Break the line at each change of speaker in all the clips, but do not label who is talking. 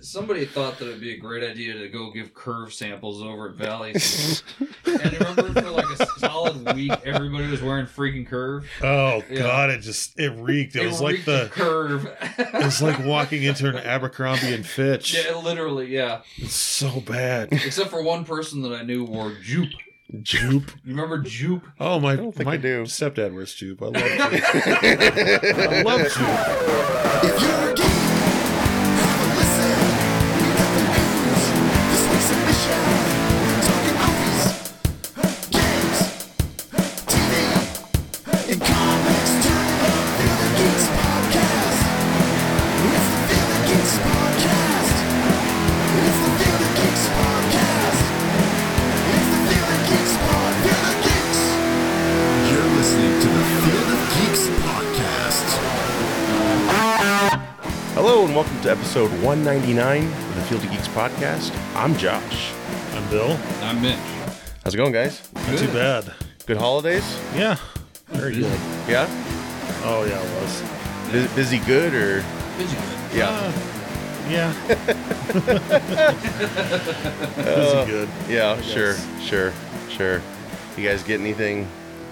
somebody thought that it'd be a great idea to go give curve samples over at Valley. and I remember for like a solid week, everybody was wearing freaking curve.
Oh
Yeah.
god, it just it reeked. It,
They
was
were
like
reeking
the
curve.
it was like walking into an Abercrombie and Fitch.
yeah, literally, yeah.
It's so bad.
Except for one person that I knew wore jupe.
Jupe.
You remember jupe?
Oh my!
don't think
my
I do.
Stepdad wears Jupe. I love Jupe. I love Jupe.
If you're a geek, have a listen. Meet up and news. This week's edition. Talking movies, games, TV, and comics. Turn it up, Feel the Geeks podcast. It's the Feel the Geeks podcast. It's the Feel the Geeks podcast. It's the Feel the Geeks pod. Feel the Geeks. You're listening to the Feel the Geeks podcast.
Hello and welcome to episode 199 of the Field of Geeks podcast. I'm Josh.
I'm Bill.
I'm Mitch.
How's it going, guys?
Not too bad.
Good holidays?
Yeah. Very good.
Yeah.
Oh yeah, it was.
Bu- busy, good, or
Busy good.
yeah,
Uh, yeah.
Uh,
Busy good.
yeah,
I
sure,
guess.
sure, sure. You guys get anything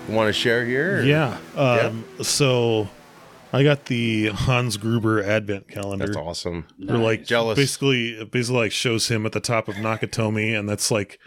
you want to share here? or-
Yeah. Um, So, I got the Hans Gruber Advent Calendar.
that's awesome.
Or like
Jealous.
Basically, it basically like shows him at the top of Nakatomi, and that's like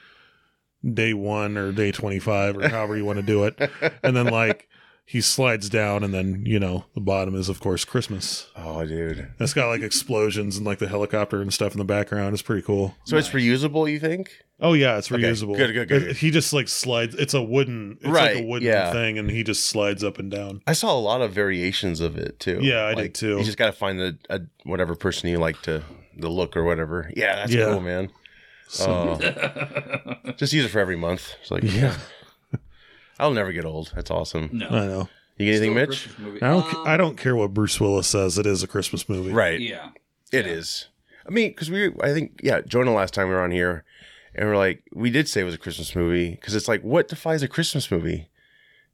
day one or day twenty five or however you want to do it, and then like he slides down, and then you know the bottom is of course Christmas.
Oh, dude.
It's got like explosions and like the helicopter and stuff in the background. It's pretty cool.
So it's reusable, you think?
Oh yeah, it's
Okay,
reusable.
good, good, good,
It-
good.
He just like slides. It's a wooden, it's like
Right,
a wooden
yeah.
thing, and he just slides up and down.
I saw a lot of variations of it too.
Yeah, I did,
Like,
too.
You just got to find the a, whatever person you like to the look or whatever. Yeah, that's
Yeah.
cool, man.
So,
Oh. just use it for every month. It's like
yeah,
I'll never get old. That's awesome.
I
No.
know.
You get Uh,
Still
anything,
a
Mitch?
Christmas movie.
I don't.
Um,
I don't care what Bruce Willis says. It is a Christmas movie.
Right.
Yeah.
It is. I mean, because we, I think, yeah, Jonah last time we were on here, and we're like, we did say it was a Christmas movie because it's like, what defines a Christmas movie?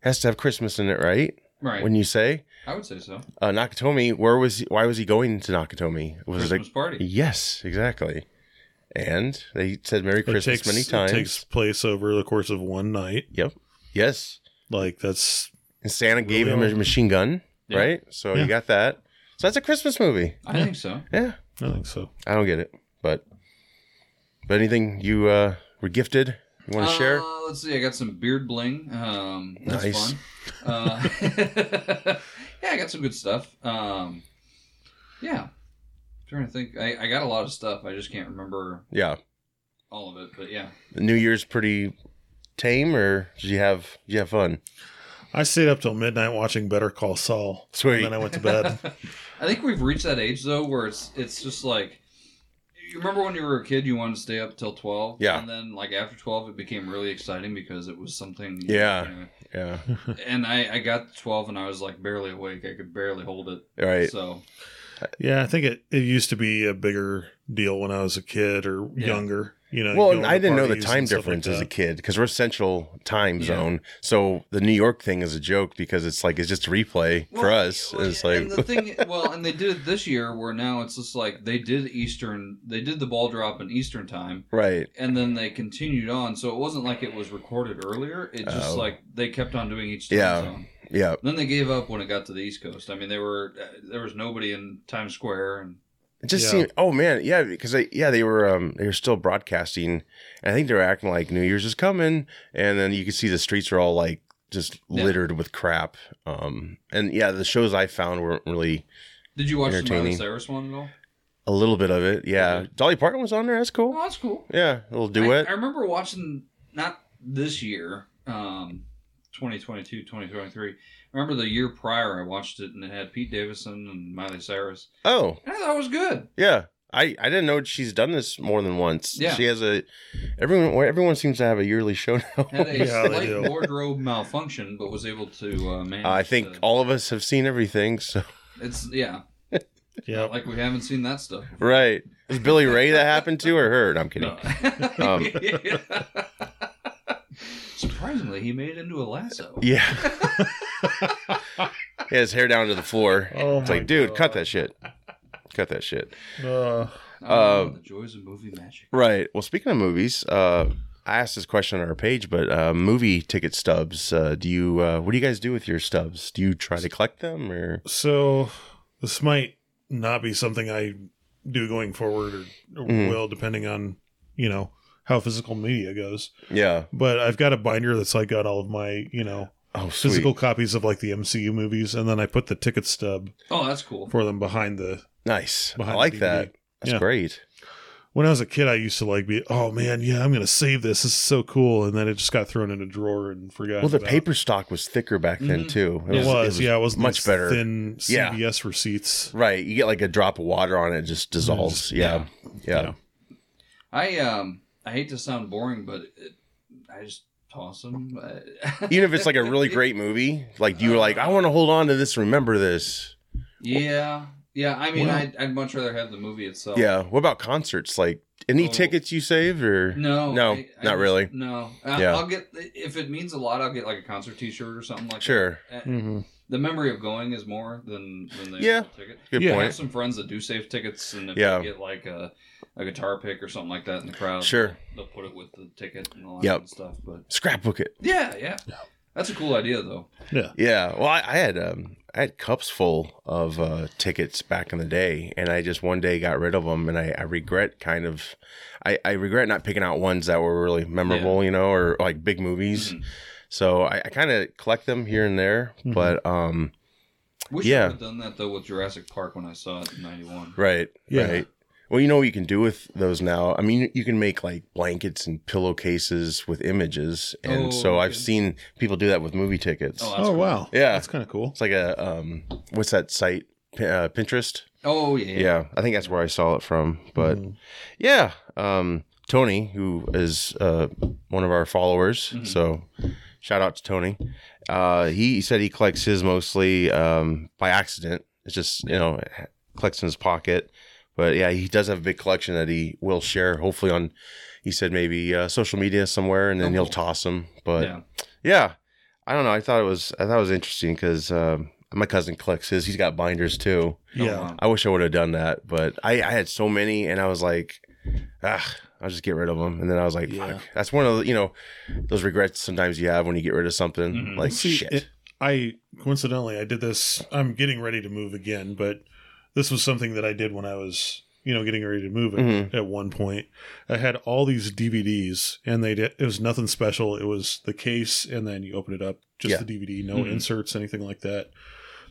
has to have Christmas in it, right?
Right.
When you say
I would say so.
uh, Nakatomi, where was he, why was he going to Nakatomi? Was
Christmas
it a,
party.
yes, exactly. And they said Merry
It
Christmas
takes,
many times.
It takes place over the course of one night.
Yep. Yes.
Like that's
And Santa gave
Really
him a
old.
machine gun,
Yeah.
right? So
Yeah.
you got that. So that's a Christmas movie.
I think so.
Yeah.
I think so.
I don't get it, but but anything you uh were gifted, you want to
Uh,
share?
Let's see. I got some beard bling. Um, that's
Nice.
fun. Uh, yeah, I got some good stuff. Um, yeah. trying to think. I, I got a lot of stuff. I just can't remember
Yeah.
all of it. But yeah.
The New Year's pretty tame or did you have did you have fun?
I stayed up till midnight watching Better Call Saul.
Sweet.
And then I went to bed.
I think we've reached that age though where it's it's just like you remember when you were a kid you wanted to stay up till 12
Yeah.
and then like after 12 it became really exciting because it was something
Yeah. Yeah.
and I, I got to 12 and I was like barely awake I could barely hold it
All right.
so
yeah, I think it, it used to be a bigger deal when I was a kid or
Yeah.
younger. You know.
well,
going
and I
to
didn't know the
parties
time
and stuff
difference
like
as a
that.
kid because we're central time
Yeah.
zone. So the New York thing is a joke because it's like it's just a replay for
Well,
us.
well,
it's like
and the thing well and they did it this year where now it's just like they did Eastern they did the ball drop in Eastern time
right.
and then they continued on so it wasn't like it was recorded earlier it just
Oh.
like they kept on doing each time
Yeah.
zone.
Yeah.
Then they gave up when it got to the East Coast. I mean, they were uh, there was nobody in Times Square, and
It just
Yeah.
seemed. Oh man, yeah, because they, yeah, they were um they were still broadcasting, and I think they were acting like New Year's is coming, and then you could see the streets are all like just
Yeah.
littered with crap. Um, and yeah, the shows I found weren't really
did you watch the Miley
Entertaining.
Cyrus one at all?
a little bit of it. Yeah,
Okay.
Dolly Parton was on there. That's cool.
Oh, that's cool.
Yeah, a little
I-
duet.
I, remember watching not this year, um, 2022, 2023. I remember the year prior, I watched it and it had Pete Davidson and Miley Cyrus,
oh
and I thought it was good.
yeah, I I didn't know she's done this more than once.
Yeah.
she has a everyone everyone seems to have a yearly show now.
Had a
Yeah, they do.
slight wardrobe malfunction, but was able to uh, manage.
I think
to-
all of us have seen everything. So
it's yeah,
Yeah.
like we haven't seen that stuff.
right, was Billy Ray that happened to or her? No, I'm kidding.
No.
Um.
Surprisingly, he made it into a lasso.
Yeah. he has hair down to the floor.
Oh
It's
my
like, dude,
God.
cut that shit. Cut that shit.
Uh,
Oh, the joys of movie magic.
Right. Well, speaking of movies, uh, I asked this question on our page, but uh, movie ticket stubs. Uh, do you? Uh, what do you guys do with your stubs? Do you try to collect them, or
So this might not be something I do going forward or, or
Mhm.
will, depending on, you know, how physical media goes.
yeah?
But I've got a binder that's like got all of my, you know,
Oh, sweet.
physical copies of like the MCU movies, and then I put the ticket stub
Oh, that's cool.
for them behind the
Nice. I
behind the
like
DVD.
that. That's
Yeah.
great.
when I was a kid, I used to like be, oh man, yeah, I'm gonna save this. This is so cool, and then it just got thrown in a drawer and forgot.
Well, the
about.
paper stock was thicker back then
Mhm.
too.
Mm-hmm. it was, yeah, it was
much better.
than
Yeah.
CBS receipts.
Right. You get like a drop of water on it, it just dissolves. yeah. Yeah.
Yeah.
I um, I hate to sound boring, but it, I just toss them.
Even if it's like a really great movie, like you were like, I want to hold on to this, remember this.
yeah, yeah. I mean,
Well-
I'd, I'd much rather have the movie itself.
Yeah. What about concerts? Like any
Oh.
tickets you save or
No,
No,
I- I
not
just-
really.
No, I,
Yeah.
I'll get if it means a lot. I'll get like a concert T-shirt or something like
Sure.
that. Uh,
Mm-hmm.
The memory of going is more than than the
Yeah.
actual ticket.
Good
Yeah.
I have
point.
some friends that do save tickets, and if
Yeah.
they get like a, a guitar pick or something like that in the crowd,
Sure.
they'll put it with the ticket and all that
Yep.
good stuff. But
Scrapbook it.
yeah, yeah, that's a cool idea though.
Yeah. Well, I, I had um I had cups full of uh tickets back in the day and I just one day got rid of them and I, I regret kind of I, I regret not picking out ones that were really memorable, you know, or like big movies.
Mhm.
So I, I kind of collect them here and there,
Mhm.
but um,
Wish I
Yeah.
would have done that though with Jurassic Park when I saw it in '91.
right,
Yeah.
right. Well, you know what you can do with those now. I mean, you can make like blankets and pillowcases with images, and
Oh,
so I've
good.
seen people do that with movie tickets.
Oh, that's
Oh
cool.
wow,
Yeah.
that's kind of cool.
It's like a um, what's that site? P- uh, Pinterest.
Oh yeah,
Yeah. I think that's where I saw it from. But
Mhm.
yeah, um, Tony, who is uh, one of our followers,
Mhm.
so shout out to Tony. Uh, he said he collects his mostly um, by accident. It's just you know collects in his pocket, but yeah, he does have a big collection that he will share. Hopefully on, he said maybe uh, social media somewhere, and then
Oh,
he'll
cool.
toss them. But
yeah.
yeah, I don't know. I thought it was I thought it was interesting because um, my cousin collects his. He's got binders too.
Oh,
Yeah.
wow.
I wish I would have done that, but I, I had so many, and I was like, ah, I'll just get rid of them. And then I was like,
Yeah.
fuck, that's one of the, you know those regrets sometimes you have when you get rid of something.
Mhm.
Like
See,
shit.
it- I coincidentally I did this. I'm getting ready to move again, but this was something that I did when I was you know getting ready to move at,
Mhm.
at one point. I had all these DVDs, and they did, it was nothing special. It was the case, and then you open it up, just
Yeah.
the DVD, no
Mhm.
inserts, anything like that.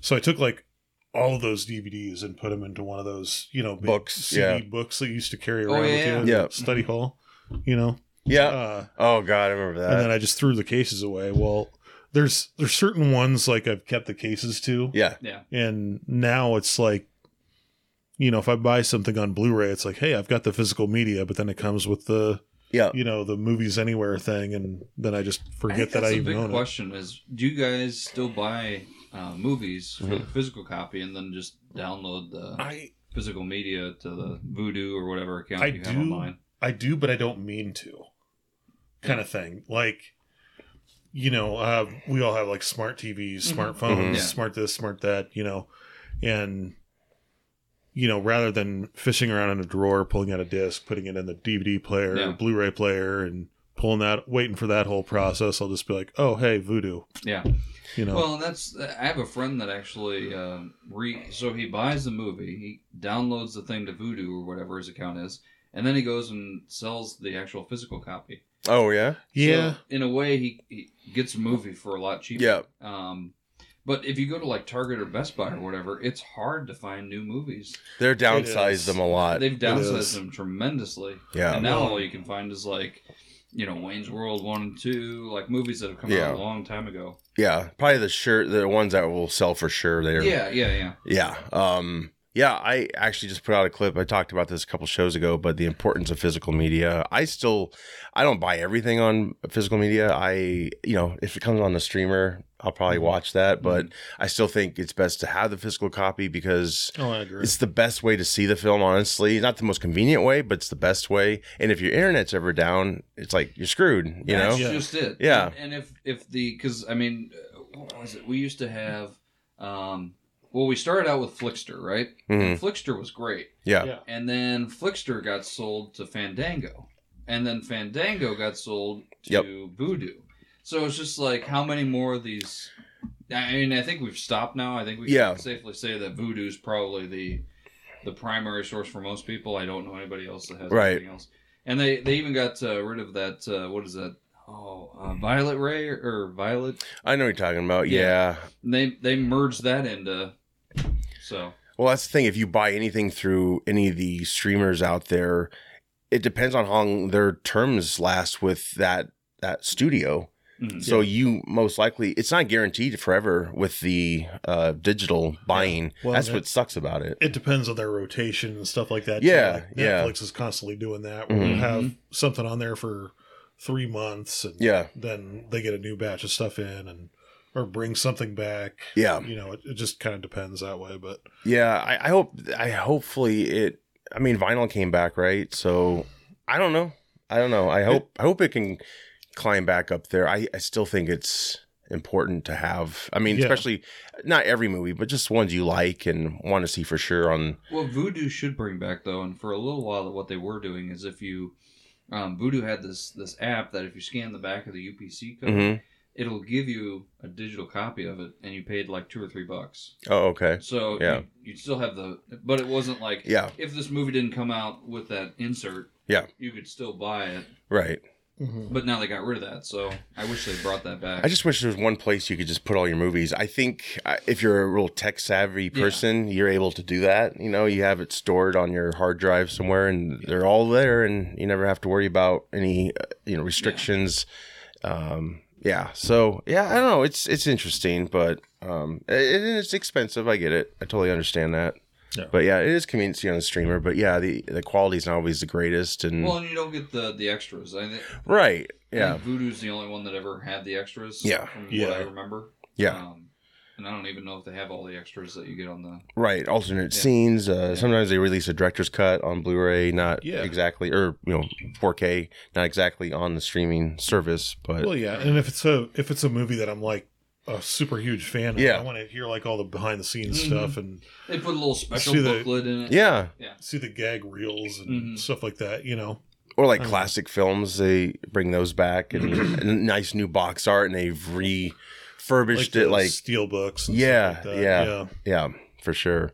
So I took like all of those DVDs and put them into one of those you know big
Books,
CD
yeah.
books that you used to carry
Oh,
around
yeah,
with you,
yeah.
in
Yeah.
the study hall, you know.
yeah.
Uh,
oh god, I remember
and
that.
then I just threw the cases away. Well, there's there's certain ones like I've kept the cases to,
yeah.
yeah,
and now it's like, you know, if I buy something on Blu-ray, it's like, hey, I've got the physical media, but then it comes with the
Yeah.
you know the movies anywhere thing, and then I just
I think
forget that
that's
I
a
even
big
own
question is do you guys still buy uh, movies for
Mm-hmm.
the physical copy and then just download the
it. I
physical media to the Voodoo or whatever account
I
you have
do.
online?
I do, but I don't mean to, kind of thing. Like, you know, uh, we all have like smart TVs,
Mhm.
smartphones,
Mhm.
Yeah.
smart this, smart that, you know, and you know, rather than fishing around in a drawer, pulling out a disc, putting it in the DVD player,
Yeah.
or Blu-ray player, and pulling that, waiting for that whole process, I'll just be like, oh, hey, Voodoo,
Yeah.
you know,
Well, and that's I have a friend that actually um, re so he buys the movie, he downloads the thing to Voodoo or whatever his account is, and then he goes and sells the actual physical copy.
Oh yeah.
yeah,
So, in a way, he, he gets a movie for a lot cheaper.
Yeah.
Um, but if you go to like Target or Best Buy or whatever, it's hard to find new movies.
They're
is.
downsized them a lot.
They've
is.
downsized them tremendously.
yeah.
and now all you can find is like, you know, Wayne's World one and two, like movies that have come
Yeah.
out a long time ago.
Yeah. Probably the shirt the ones that will sell for sure there.
Yeah, yeah, yeah.
Yeah. Um yeah, I actually just put out a clip. I talked about this a couple shows ago, but the importance of physical media. I still I don't buy everything on physical media. I, you know, if it comes on the streamer, I'll probably
Mm-hmm.
watch that, but I still think it's best to have the physical copy because
oh, I agree.
it's the best way to see the film, honestly. Not the most convenient way, but it's the best way. And if your internet's ever down, it's like you're screwed, you
That's
know?
Yeah.
just it.
Yeah.
And if if the because I mean, uh, what was it? We used to have, um, well, we started out with Flickster, right?
hmm
Flickster was great.
Yeah.
Yeah.
And then Flickster got sold to Fandango. And then Fandango got sold to
Yep.
Voodoo. So it's just like how many more of these I mean, I think we've stopped now. I think we
Yeah.
can safely say that Voodoo's probably the the primary source for most people. I don't know anybody else that has
Right.
anything else. And they, they even got uh, rid of that uh, what is that? Oh, uh, Violet Ray or, or Violet.
I know what you're talking about.
Yeah.
yeah.
And they they merged that into so
Well, that's the thing. If you buy anything through any of the streamers out there, it depends on how long their terms last with that that studio.
mhm.
So you most likely it's not guaranteed forever with the uh, digital buying.
Well,
that's
that-
what sucks about it.
It depends on their rotation and stuff like that.
Yeah,
Like,
yeah. Mm-hmm.
Netflix is constantly doing that. Where
Mhm.
We'll have something on there for three months, and
Yeah,
then they get a new batch of stuff in, and or bring something back.
yeah,
You know, it, it just kind of depends that way. But
yeah. I, I hope. I hopefully it. I mean, vinyl came back, right? So I don't know. I don't know. I hope. I hope it can climb back up there. I, I still think it's important to have. I mean,
Yeah.
especially not every movie, but just ones you like and want to see for sure. On
Well, Voodoo should bring back though, and for a little while, what they were doing is if you um, Voodoo had this this app that if you scan the back of the UPC code,
Mhm.
it'll give you a digital copy of it, and you paid like two or three bucks.
oh, okay,
So
Yeah.
you, would still have the, but it wasn't like
yeah,
if this movie didn't come out with that insert,
Yeah.
you could still buy it.
right.
But now they got rid of that, so I wish they brought that back.
I just wish there was one place you could just put all your movies. I think uh, if you're a real tech savvy
Yeah.
person, you're able to do that. You know, you have it stored on your hard drive somewhere, and they're all there, and you never have to worry about any uh, you know restrictions. Um, yeah. So yeah, I don't know. It's it's interesting, but um, it, it's expensive. I get it. I totally understand that.
Yeah.
But yeah, it is convenient to see on the streamer. But yeah, the the quality's not always the greatest. And
well, Mm-hmm. and you don't get the the extras. I think
right.
I
Yeah.
think Voodoo's the only one that ever had the extras.
Yeah.
from
Yeah.
what I remember.
Yeah.
Um, and I don't even know if they have all the extras that you get on the.
Right, alternate
Yeah.
scenes. Uh, Sometimes they release a director's cut on Blu-ray, not
Yeah.
exactly, or you know, 4K, not exactly on the streaming service, but
well, yeah, and if it's a if it's a movie that I'm like a super huge fan, of,
Yeah.
I want to hear like all the behind the scenes
Mhm.
stuff and
They put a little special
See the-
booklet in it.
yeah,
see the gag reels and
Mhm.
stuff like that. You know,
or like
Mhm.
classic films, they bring those back and, and nice new box art, and they've refurbished
the
it. Like,
steel books. And
Yeah,
stuff like that.
yeah.
yeah,
yeah, for sure.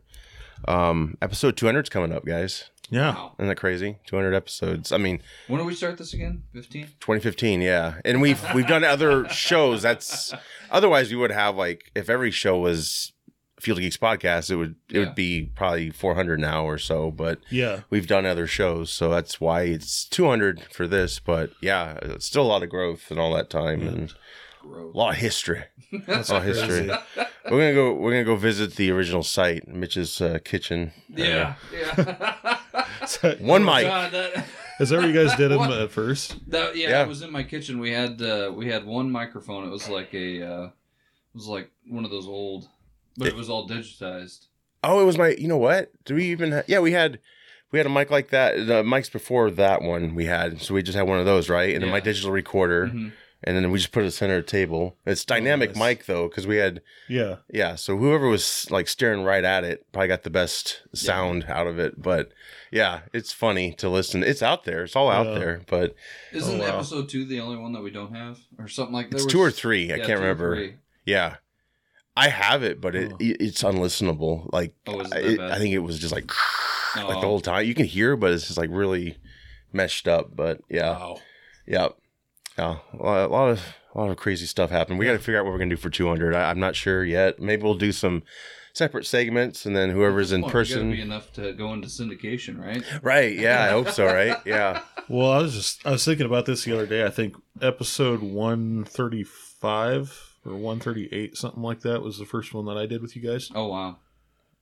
Um, episode 200's coming up, guys.
yeah.
Wow.
Isn't that crazy? 200 episodes. I mean,
When do we start this again? 15?
2015 yeah and we've we've done other shows that's otherwise we would have like if every show was field of geeks podcast it would it
Yeah.
would be probably 400 now or so but
yeah.
we've done other shows so that's why it's 200 for this but yeah it's still a lot of growth in all that time
Mm.
and a
Gross.
lot of history
That's
a lot of history
crazy.
we're gonna go we're gonna go visit the original site mitch's uh, kitchen
Yeah. Yeah.
So-
one mic
Oh God, that,
Is that what you guys did them
What?
at first?
that, yeah,
Yeah.
it was in my kitchen. We had uh, we had one microphone. It was like a uh, it was like one of those old, but it was all digitized.
Oh, it was my. You know what? Do we even? Ha- yeah, we had we had a mic like that. The mics before that one we had, so we just had one of those, right? And then my
Yeah.
digital recorder,
Mhm.
and then we just put it at the center of the table. It's dynamic
nice.
mic though, because we had
Yeah.
yeah. So whoever was like staring right at it probably got the best sound out of it. But yeah, it's funny to listen. It's out there. It's all out
Yeah.
there. But
Isn't
Oh, wow.
episode two the only one that we don't have, or something like that?
it's two or three. I can't remember. Yeah. I have it, but it,
Oh.
it- it's unlistenable. Like
Oh, is it
I-
that
it-
bad?
I think it was just like
Oh.
like the whole time. You can hear, but it's just like really meshed up. But yeah,
Wow.
yeah, yeah. A lot, a lot of a lot of crazy stuff happened. We got to figure out what we're gonna do for 200. I, I'm not sure yet. Maybe we'll do some separate segments, and then whoever's in
Well, you gotta be
person.
enough to go into syndication, right?
Right? Yeah, I hope so. Right? Yeah.
Well, I was just I was thinking about this the other day. I think episode one thirty five or one thirty eight, something like that, was the first one that I did with you guys,
Oh wow,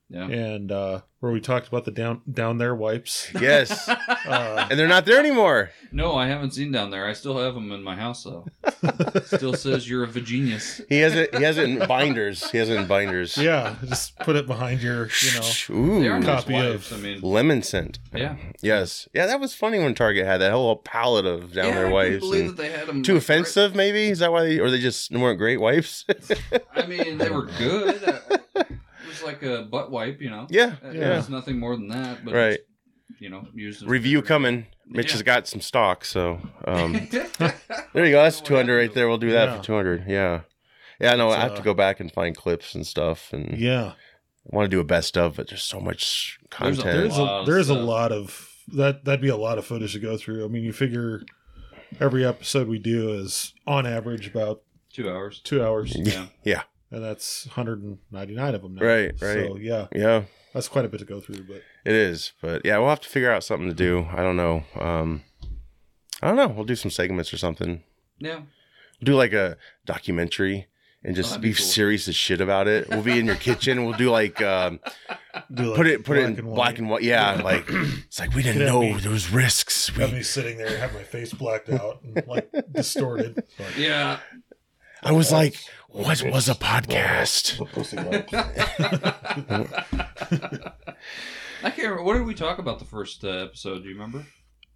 yeah.
and uh, where we talked about the down down there wipes.
Yes.
Uh,
And they're not there anymore.
No, I haven't seen down there. I still have them in my house, though. still says you're a Virginius.
He has it. He has it in binders. He has it in binders.
yeah, just put it behind your, you know.
They are
Ooh.
nice
Copy
wives,
of-
I mean,
Lemon scent.
yeah.
Yes. Yeah, that was funny when Target had that whole palette of down
yeah, I
there
couldn't
wipes.
believe
and-
that they had 'em
Too
like, right-
offensive, maybe? Is that why they or they just weren't great wipes?
I mean, they were good. I- I was just like a butt wipe, you know.
Yeah,
Uh,
yeah.
It's nothing more than that, but
Right.
it's, you know, used as-
Review coming. Mitch
Yeah.
has got some stock, so um, there you go. That's two hundred right there. We'll do that
Yeah.
for two hundred. Yeah, yeah. No, I
It's,
have
uh,
to go back and find clips and stuff, and
Yeah.
I want to do a best of, but there's so much
There's a-
content.
There's
Wow,
a there's a
so-
lot of that that'd be a lot of footage to go through. I mean, you figure every episode we do is on average about
Two hours.
two hours,
Yeah.
and that's 199 of them. Now.
Right,
So yeah,
yeah,
that's quite a bit to go through. But
it is. But yeah, we'll have to figure out something to do. I don't know. Um, I don't know. We'll do some segments or something.
Yeah.
do like a documentary and
Oh,
just
that'd
be
be cool.
serious as shit about it. We'll be in your kitchen. We'll do like um,
Uh,
do like
put it put it in
black and
black
white.
and white. Yeah, like it's like we didn't
Could have
know
me-
there was risks.
Have
We,
me sitting there, have my face blacked out, and, like distorted. Like,
Yeah.
I was like, what was a podcast?
I can't remember. What did we talk about the first uh, episode? Do you remember?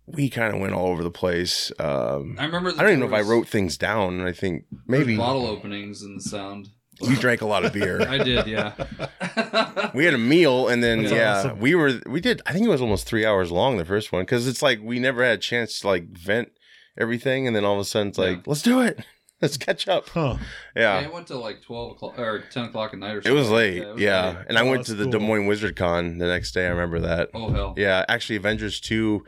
We kind of went all over the place. Um,
I remember. that
I don't even know
there
if I
was-
wrote things down. I think maybe
bottle openings and the sound.
you drank a lot of beer.
I did, yeah.
We had a meal and then
That's
yeah,
awesome.
we were we did. I think it was almost three hours long the first one because it's like we never had a chance to like vent everything and then all of a sudden it's like
Yeah.
let's do it. Let's catch up.
huh?
Yeah.
I went to like twelve o'clock or ten o'clock at night or
It
something.
was late,
it
yeah.
was late.
And I
Oh,
went
that's
to the
cool.
Des Moines Wizard Con the next day. I remember that.
Oh hell.
Yeah, actually, Avengers Two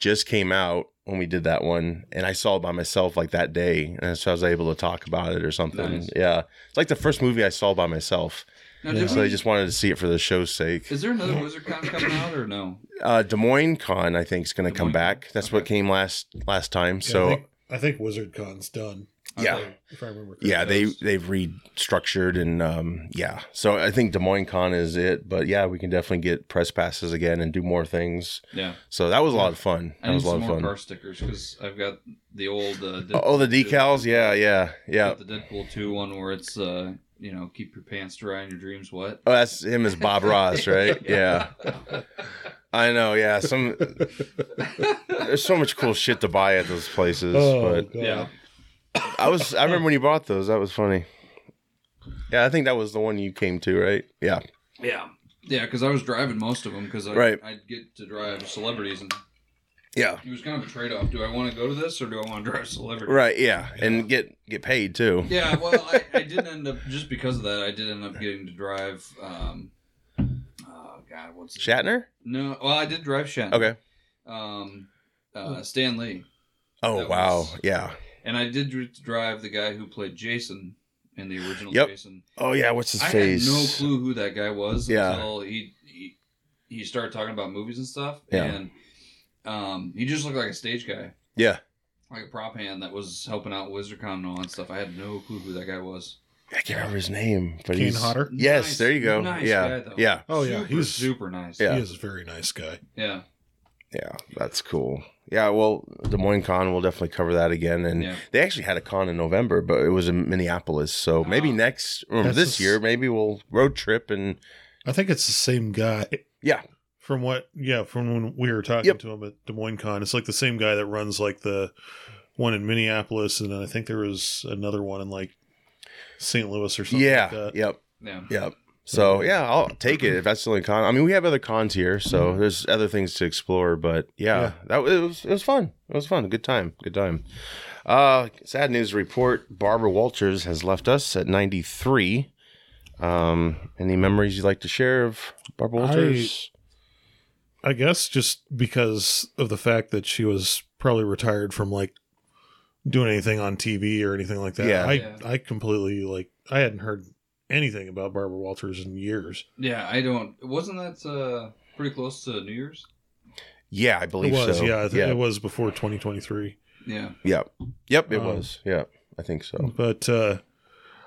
just came out when we did that one, and I saw it by myself like that day, and so I was able to talk about it or something.
Nice.
Yeah, it's like the first movie I saw by myself,
Now,
Yeah.
did
so
we-
I just wanted to see it for the show's sake.
is there another Wizard Con coming out or no?
Uh, Des Moines Con, I think, is going
Des
to come
Moines?
back. That's what
Okay.
came last last time.
Yeah,
so
I think, I think Wizard Con's done.
Yeah.
Okay.
If I remember. Correctly.
yeah, they
Coast.
they've restructured and um, yeah. So I think Des Moines Con is it, but yeah, we can definitely get press passes again and do more things.
Yeah.
So that was a lot of fun.
I
That
need
was a lot
some
of
more car
fun.
stickers because I've got the old. Uh, Deadpool
Oh, the
2.
decals. Yeah, yeah,
I've
yeah.
got The Deadpool two one where it's uh you know keep your pants dry and your dreams wet.
Oh, that's him as Bob Ross, right? Yeah. I know. Yeah, some there's so much cool shit to buy at those places.
Oh god.
yeah.
But I was I remember when you bought those. That was funny. Yeah, I think that was the one you came to, right? Yeah.
Yeah. Yeah, because I was driving most of them because I,
Right.
I'd get to drive celebrities, and
Yeah.
it was kind of a trade off. Do I want to go to this or do I want to drive celebrities?
Right. Yeah, and get get paid too.
yeah, well, I, I did end up just because of that. I did end up getting to drive. Um, oh God, what's his-
Shatner.
No, well, I did drive Shatner.
Okay.
Um, uh, Stan Lee,
Oh
That
wow.
was-
Yeah.
and I did dr- drive the guy who played Jason in the original
Yep.
Jason.
Oh yeah. What's his
I
face?
had no clue who that guy was
Yeah.
until he, he he started talking about movies and stuff,
Yeah.
and um, he just looked like a stage guy,
Yeah.
like a prop hand that was helping out WizardCon and all that stuff. I had no clue who that guy was.
I can't remember his name, but
Kane
he's
Hodder.
Yes,
Nice-
there you go.
nice
yeah,
guy, though.
yeah,
Oh yeah,
super,
he's
super nice.
Yeah.
He is a very nice guy.
yeah,
yeah. That's cool. Yeah, well, Des Moines Con, we'll definitely cover that again. And
Yeah.
they actually had a con in November, but it was in Minneapolis. So maybe
Ah.
Oh.
next, or
That's
this
just-
year, maybe we'll road trip and
I think it's the same guy.
Yeah.
From what, yeah, from when we were talking
Yep.
to him at Des Moines Con, it's like the same guy that runs like the one in Minneapolis, and then I think there was another one in like St. Louis or something.
yeah,
like that.
yep,
yeah.
yep. So yeah, I'll take it if that's the only con. I mean, we have other cons here, so there's other things to explore. But yeah,
Mm-hmm. Yeah.
that was it, was it was fun. It was fun. Good time. Good time. Uh, sad news to report: Barbara Walters has left us at 93. Um, any memories you'd like to share of Barbara
I-
Walters?
I guess just because of the fact that she was probably retired from like doing anything on TV or anything like that.
Yeah.
I
Yeah.
I completely like I hadn't heard anything about Barbara Walters in years.
Yeah, I don't. Wasn't that uh, pretty close to New Year's?
yeah, I
It
believe
was,
so.
yeah, I think
yeah,
it was before 2023.
Yeah,
yeah, yep, it
Um,
was. Yeah, I think so.
But uh,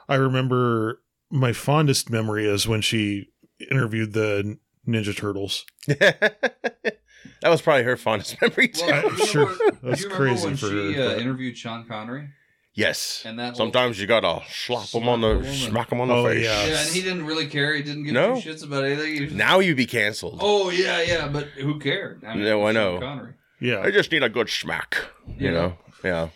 I remember my fondest memory is when she interviewed the Ninja Turtles.
that was probably her fondest memory too.
Well,
I'm
do you
sure
remember- do
that's
you remember
crazy
when
for
she
her,
uh,
but-
interviewed Sean Connery,
yes.
and that whole-
Sometimes you gotta slap them on
Slap
the
a woman.
smack them on the
Oh,
face.
yeah.
yeah, and he didn't really care. He didn't give
No.
two shits about anything. He was just-
Now you'd be canceled.
oh yeah, yeah, but who cared? I
No,
Sean
I know.
Connery,
Yeah,
I just need a good smack. You
Yeah.
know? Yeah.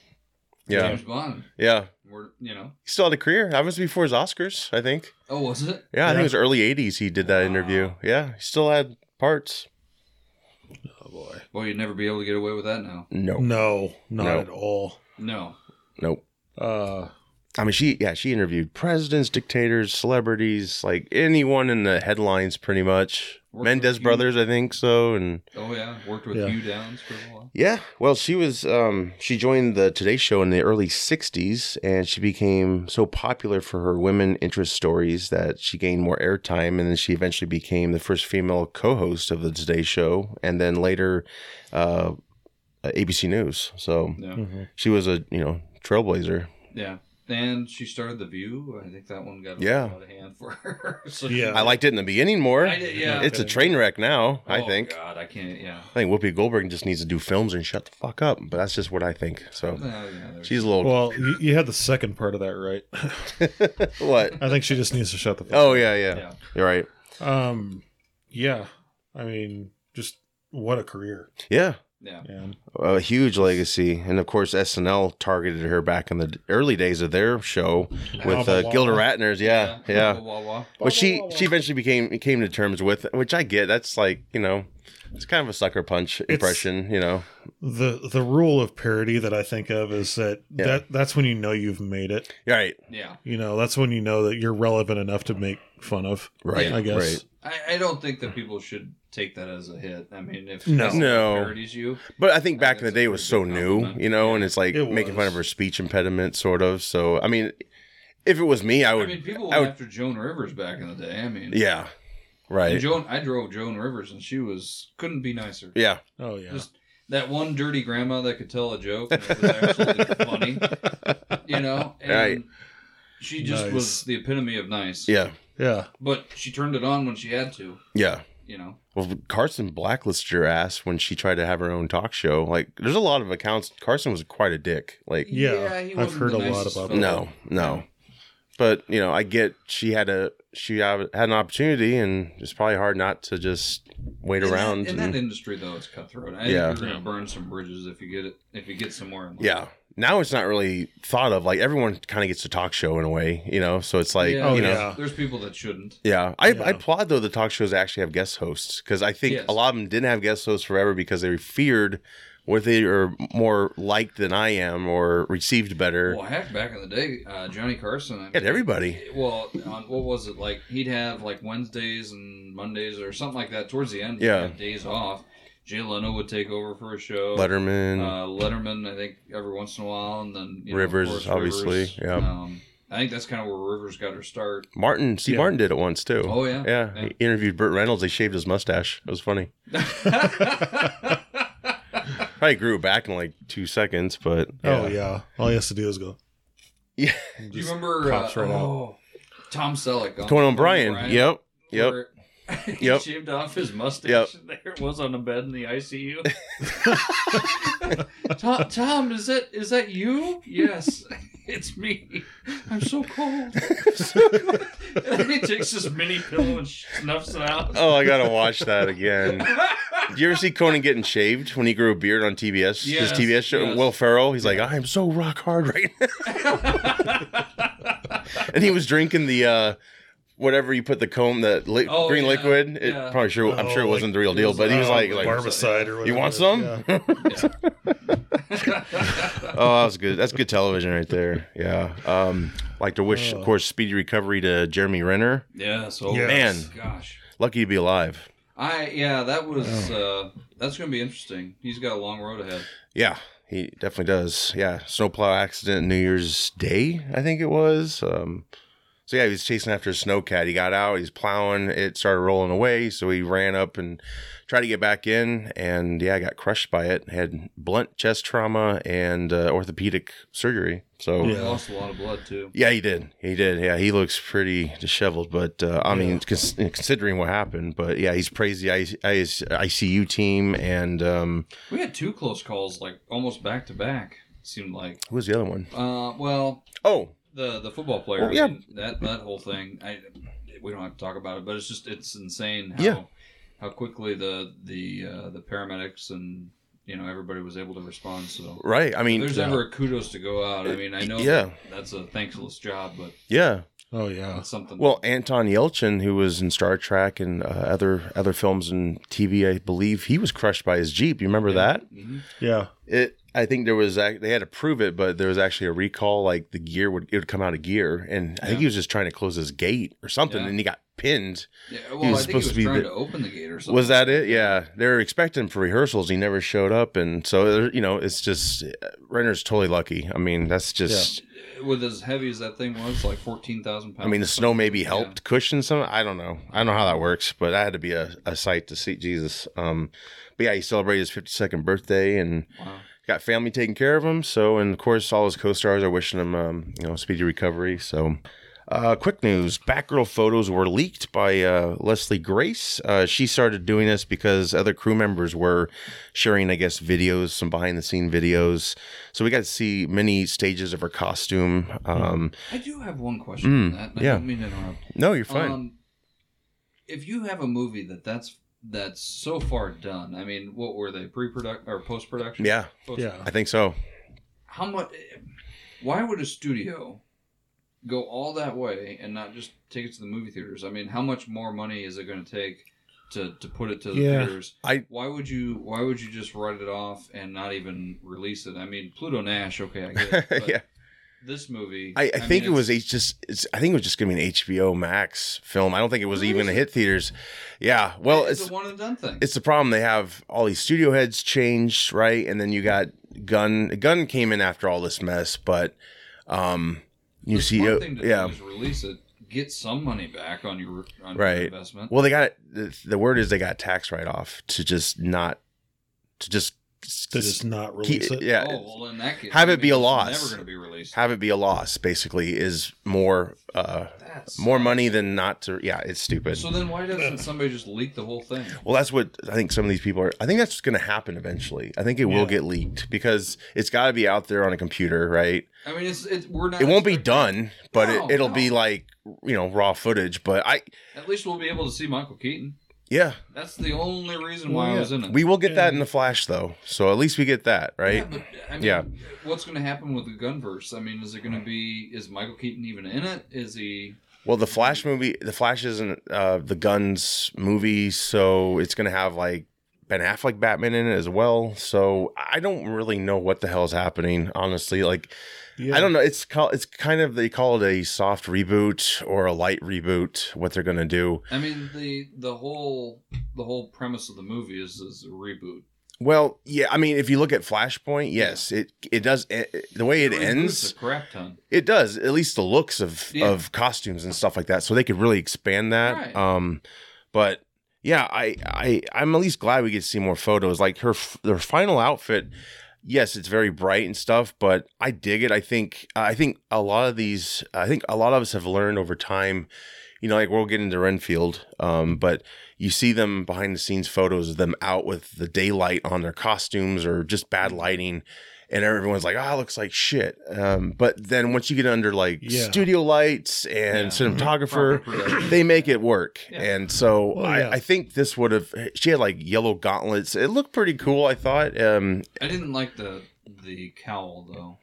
James
Yeah.
Bond.
Yeah.
We're you know.
He still had a career. That was before his Oscars, I think.
Oh, was it?
Yeah, I think
Yeah.
it was early '80s. He did that
Wow.
interview. Yeah, he still had parts.
Oh boy.
Well, you'd never be able to get away with that now.
Hmm.
No,
No, not
No.
at all.
No.
nope.
Uh,
I mean, she yeah, she interviewed presidents, dictators, celebrities, like anyone in the headlines, pretty much.
Worked
Mendez
with Hugh-
brothers, I think so, and
Oh yeah, worked with
Yeah.
Hugh Downs for a while.
Yeah, well, she was um, she joined the Today Show in the early '60s, and she became so popular for her women interest stories that she gained more airtime, and then she eventually became the first female co-host of the Today Show, and then later uh, ABC News. So
Hmm.
Yeah,
she was a you know trailblazer.
yeah. And she started The View. I think that one got a
Yeah.
lot of hand for her. so
Yeah.
I liked it in the beginning more.
I did, yeah.
It's a train wreck now. I
Oh,
think.
God, I can't. Yeah.
I think Whoopi Goldberg just needs to do films and shut the fuck up. But that's just what I think. So
Well, Oh, yeah, there's-
Oh. she's a little
well, you, you had the second part of that right.
what?
I think she just needs to shut the. Fuck
Oh yeah, yeah,
yeah.
You're right.
Um, yeah. I mean, just what a career,
Yeah.
Yeah.
man.
a huge legacy, and of course SNL targeted her back in the early days of their show with uh,
Walla
Gilda
Walla.
Radner's. Yeah, yeah.
Wah, wah, wah.
But she she eventually became came to terms with, which I get. That's like you know, it's kind of a sucker punch impression. You know,
The the rule of parody that I think of is that
Yeah.
that that's when you know you've made it.
You're right,
Yeah.
You know, that's when you know that you're relevant enough to make fun of.
right,
Yeah.
I guess.
right.
I, I don't think that people should take that as a hit. I mean, if
No.
if someone
No.
parodies you,
But I think back in
That's
the day
a
it was
pretty
so
good
new,
compliment.
you know, and it's like
It
making fun
was.
of her speech impediment, sort of. So I mean, if it was me, I
I,
would.
mean, people
I
went
would-
after Joan Rivers back in the day. I mean,
yeah,
and
right.
Joan. I drove Joan Rivers, and she was couldn't be nicer.
Yeah,
Oh yeah.
Just that one dirty grandma that could tell a joke and it was actually funny. You know, and
Right.
she just
Nice.
was the epitome of nice.
yeah,
yeah.
But she turned it on when she had to.
yeah.
You know.
Well, Carson blacklisted her ass when she tried to have her own talk show. Like, there's a lot of accounts. Carson was quite a dick. Like,
Yeah, I've
wasn't
heard
the
a lot
nicest
about
fellow.
that.
no, no. But you know, I get she had a she had had an opportunity, and it's probably hard not to just wait
In that-
around.
in
and-
that industry though, it's cutthroat. I
Yeah.
think you're gonna burn some bridges if you get it if you get somewhere. In life.
yeah. Now it's not really thought of. Like everyone kind of gets a talk show in a way, you know. So it's like,
Yeah.
Oh
you know,
yeah.
There's people that shouldn't.
Yeah, I,
Yeah.
I applaud though the talk shows that actually have guest hosts because I think
Yes.
a lot of them didn't have guest hosts forever because they were feared or they are more liked than I am or received better.
Well, heck, back in the day, uh, Johnny Carson. I mean,
I had everybody.
Well, on, what was it like? He'd have like Wednesdays and Mondays or something like that. Towards the end, he'd
Yeah.
have days off. Jay Leno would take over for a show.
Letterman.
uh, Letterman, I think every once in a while, and then you know, of
Rivers,
course,
obviously,
Rivers.
yeah.
Um, I think that's kind of where Rivers got her start.
Martin, Steve
yeah.
Martin did it once too.
Oh, yeah.
yeah.
Yeah.
He interviewed Burt Reynolds. They shaved his mustache. It was funny. Probably grew it back in like two seconds, but
Oh yeah. All he has to do is go.
Yeah.
Do you remember? Uh,
pops right out.
oh, Tom Selleck. on
Conan
Conan
O'Brien. Yep, yep.
where he
Yep.
shaved off his mustache.
Yep.
And there it was on a bed in the ICU. Tom, Tom, is that is that you? Yes, it's me. I'm so cold. and then he takes his mini pillow and snuffs it out.
Oh, I gotta watch that again. Do you ever see Conan getting shaved when he grew a beard on TBS?
Yes,
his TBS show,
yes.
Will Ferrell. He's like, I am so rock hard right now. and he was drinking the uh, whatever you put the comb, the li-
Oh,
green
yeah,
liquid. It
yeah.
probably sure, I'm
Oh,
sure it
like-
wasn't the real deal, but he was
Uh,
Oh,
like, like,
barbicide or whatever.
you want some?
Yeah.
oh, that was good. That's good television right there. Yeah. Um, like to wish, of
Oh.
course, speedy recovery to Jeremy Renner.
yeah. So
Yeah.
Man.
oh, gosh.
Lucky to be alive.
I yeah, that was uh,
Oh.
that's gonna be interesting. He's got a long road ahead.
Yeah, he definitely does. Yeah, snowplow accident New Year's Day, I think it was. Um, so yeah, he was chasing after a snowcat. He got out. He's plowing. It started rolling away, so he ran up and tried to get back in, and yeah, got crushed by it. Had blunt chest trauma and uh, orthopedic surgery. So.
He
Oh, Yeah.
lost a lot of blood too.
Yeah, he did. He did. Yeah, he looks pretty disheveled, but uh, I mean, cons- considering what happened, but yeah, he's praised the IC- ICU team and um,
We had two close calls, like almost back to back. Seemed like.
who was the other one?
Uh, well,
Oh,
the the football player.
Well, yeah.
I mean, that that whole thing. I we don't have to talk about it, but it's just it's insane how
Yeah.
how quickly the the uh, the paramedics and you know everybody was able to respond. So
Right. I
if
mean,
there's ever a kudos to go out. I mean, I know
Yeah.
that that's a thankless job, but
yeah.
Oh yeah.
that's something.
Well, Anton Yelchin, who was in Star Trek and uh, other other films and TV, I believe he was crushed by his jeep. You remember that?
Mhm.
Yeah.
It. I think there was ac- they had to prove it, but there was actually a recall. Like the gear would it would come out of gear, and I think he was just trying to close his gate or something,
Yeah.
and he got pinned.
Yeah, well,
was
I think he was
supposed to be
trying
the-
to open the gate or something.
Was that it? Yeah, they were expecting him for rehearsals. He never showed up, and so there- you know, it's just uh, Renner's totally lucky. I mean, that's just.
with as heavy as that thing was, like fourteen thousand pounds?
I mean, the snow maybe helped cushion some. I don't know. I don't know how that works, but that had to be a, a sight to see Jesus. Um, but yeah, he celebrated his 52nd birthday and
Wow.
got family taking care of him. So, and of course, all his co-stars are wishing him, um, you know, speedy recovery. So, uh, quick news: Batgirl photos were leaked by uh, Leslie Grace. Uh, she started doing this because other crew members were sharing, I guess, videos, some behind-the-scene videos. So we got to see many stages of her costume. Um,
I do have one question.
Mm,
on that. and I
yeah.
don't mean to interrupt.
no, you're fine.
Um, if you have a movie that that's that's so far done, I mean, what were they pre-production or post-production?
yeah,
Post-
Yeah.
I think so.
How much? Why would a studio go all that way and not just take it to the movie theaters? I mean, how much more money is it going to take to to put it to the
Yeah.
theaters?
I-
why would you why would you just write it off and not even release it? I mean, Pluto Nash, okay, I get it. but
yeah,
This movie,
I, I, think
mean,
it
it's-
was H just. It's, I think it was just gonna be an HBO Max film. I don't think it was
Really?
even a hit theaters. Yeah, well,
it's,
it's
a one and done thing.
it's the problem. They have all these studio heads changed, right? And then you got Gun. Gun came in after all this mess, but um, new
The smart thing
CEO.
to
Yeah.
do is release it, get some money back on your on
Right.
your investment.
Well, they got the, the word is they got tax write off to just not to just
To just not
keep,
release it.
yeah
oh, well, in that case,
Have
I
it
mean,
be a
it's
loss.
Never going to be released.
have it be a loss. Basically, is more uh
That's
more money than not to. Yeah, it's stupid.
So then, why doesn't somebody just leak the whole thing?
Well, that's what I think some of these people are. I think that's going to happen eventually. I think it
Yeah.
will get leaked because it's got to be out there on a computer, right?
I mean, it's, it's we're not.
It won't be
expecting-
done, but
No,
it, it'll
no.
be like, you know, raw footage. But I,
At least we'll be able to see Michael Keaton.
yeah,
That's the only reason why I was in it.
we will get that
Yeah.
in the flash, though. So at least we get that,
Yeah,
right?
but, I mean,
Yeah.
What's going to happen with the Gunverse? I mean, is it going to be? Is Michael Keaton even in it? Is he?
Well, the Flash movie, the Flash isn't uh, the Guns movie, so it's going to have like Ben Affleck Batman in it as well. So I don't really know what the hell's happening, honestly. Like,
Yeah.
I don't know. It's called. It's kind of they call it a soft reboot or a light reboot. What they're gonna do?
I mean, the the whole the whole premise of the movie is is a reboot.
Well, yeah. I mean, if you look at Flashpoint, yes, it it does. It, it- the way it
reboots
ends,
a crap ton.
it does. At least the looks of
Yeah.
of costumes and stuff like that. So they could really expand that.
Right.
Um, but yeah, I I I'm at least glad we get to see more photos. Like her f- her final outfit. Yes, it's very bright and stuff, but I dig it. I think I think a lot of these. I think a lot of us have learned over time you know, like we'll get into Renfield, um, but you see them behind the scenes photos of them out with the daylight on their costumes or just
Mm.
bad lighting, and everyone's like, "Ah, looks like shit." Um, but then once you get under like
Yeah.
studio lights and
Yeah.
cinematographer,
Proper production.
they make it work.
Yeah.
And so
Well,
I,
yeah.
I think this would have. She had like yellow gauntlets. It looked pretty cool. I thought um,
I didn't like the the cowl though.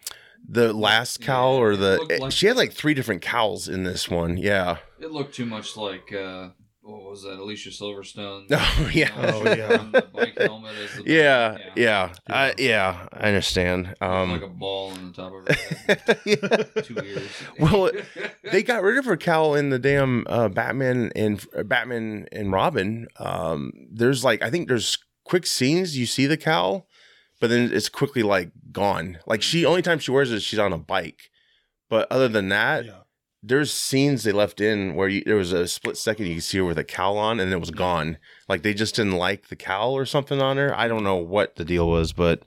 the last cowl or
It
the
looked like-
she had like three different cowls in this one. Yeah.
It looked too much like uh, what was that? Alicia Silverstone.
Oh yeah.
Oh, yeah.
The bike helmet is the
Yeah,
yeah.
yeah, I, yeah. I understand.
Um, like
Um,
a ball on the top of her head. Two ears.
Well, they got rid of her cowl in the damn uh, Batman and uh, Batman and Robin. Um, there's like I think there's quick scenes you see the cowl, but then it's quickly like gone. Like she only time she wears it, is she's on a bike. But other than that,
Yeah.
there's scenes they left in where you, there was a split second you could see her with a cowl on and it was gone. Like they just didn't like the cowl or something on her. I don't know what the deal was, but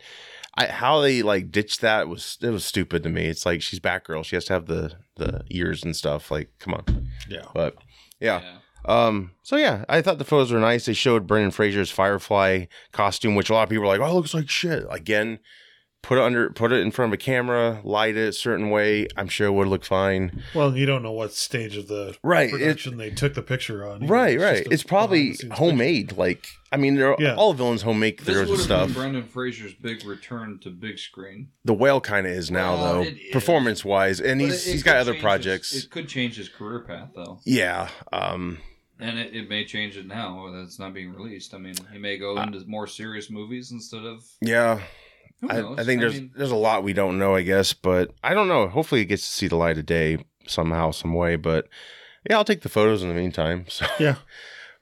I how they like ditched that was it was stupid to me. It's like she's Batgirl. She has to have the the ears and stuff. Like come on.
Yeah.
But yeah. Um. So yeah, I thought the photos were nice. They showed Brendan Fraser's Firefly costume, which a lot of people were like, "Oh, it looks like shit." Again, put it under, put it in front of a camera, light it a certain way. I'm sure it would look fine. uh,
Well, you don't know what stage of the
Right, it-
production they took the picture on.
right,
It's
right.
just a
It's probably
behind-the-scenes
homemade. Like, I mean, they're,
Yeah.
all villains homemade
This
their
would
own
have
stuff.
been Brendan Fraser's big return to big screen.
The whale kind of is now,
Well,
though,
it is.
performance wise, and
But
he's
it- it
he's got
could
other
change his-
projects.
it could change his career path though,
yeah, um,
and it, it may change it now that's not being released. I mean, he may go into more serious movies instead of.
yeah.
Who
I,
knows?
I think there's
mean,
there's a lot we don't know, I guess, but I don't know. Hopefully, it gets to see the light of day somehow, some way. But yeah, I'll take the photos in the meantime. So
Yeah.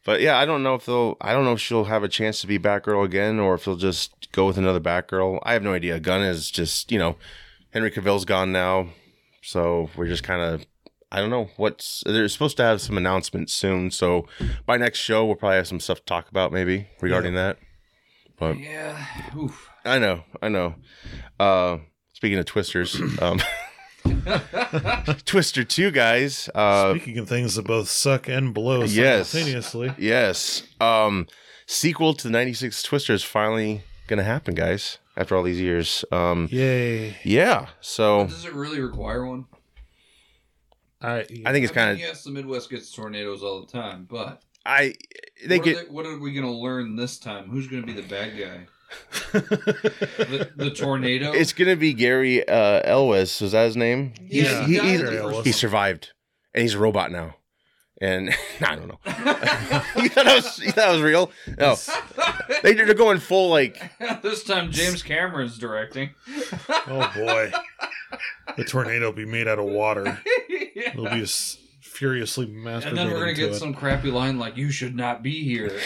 but yeah, I don't know if they'll. I don't know if she'll have a chance to be Batgirl again, or if they'll just go with another Batgirl. I have no idea. Gunn is just you know, Henry Cavill's gone now, so we're just kind of. I don't know what's. They're supposed to have some announcements soon, so by next show we'll probably have some stuff to talk about, maybe regarding that. But
yeah. Oof.
I know, I know. Uh, speaking of twisters, um, Twister Two guys. Uh,
Speaking of things that both suck and blow
Yes.
simultaneously,
yes, um, sequel to the '96 Twister is finally gonna happen, guys. After all these years, um,
yay!
yeah. So
Does it really require one?
I,
I think it's
I mean,
kind of
yes, the Midwest gets tornadoes all the time, but
I. They
what,
get
are they- what are we going to learn this time? Who's going to be the bad guy? the, the tornado.
it's gonna be Gary uh, Elwes. Is that his name? He-
Yeah,
he,
he died
he-
in the
first
he
one.
survived, and he's a robot now. And I don't know. you thought that was you thought that was real? No, they, they're going full like
this time, James Cameron's directing.
oh boy, the tornado will be made out of water.
Yeah.
It'll be s- furiously masturbated.
And then we're gonna get some crappy line like "You should not be here."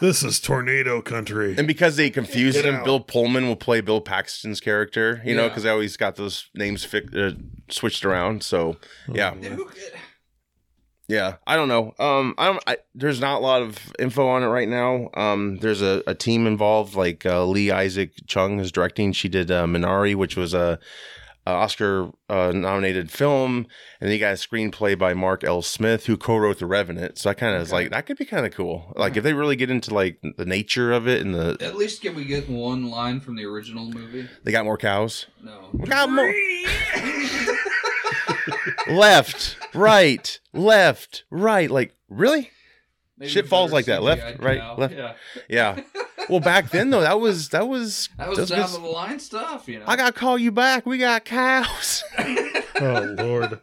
This is tornado country.
And because they confused
Get
him,
out.
Bill Pullman will play Bill Paxton's character, you know, 'cause know,
Yeah.
because I always got those names fi- uh, switched around. So yeah,
Who-
yeah, I don't know. Um, I don't. I, there's not a lot of info on it right now. Um, there's a, a team involved, like uh, Lee Isaac Chung is directing. She did uh, Minari, which was a, a Oscar uh, nominated film, and then you got a screenplay by Mark L. Smith, who co-wrote The Revenant. So I kind of was
Okay.
like, that could be kind of cool. Like if they really get into like the nature of it and the
At least can we get one line from the original movie?
they got more cows.
No.
We got more. left, right, left, right. Like, really?
Maybe
Shit falls
better
like that. Left,
CGI
right,
now.
left.
Yeah.
Yeah. Well, back then though, that was that was
That was
that
top
was
of the
good.
line stuff, you know.
I gotta call you back. We got cows.
oh lord,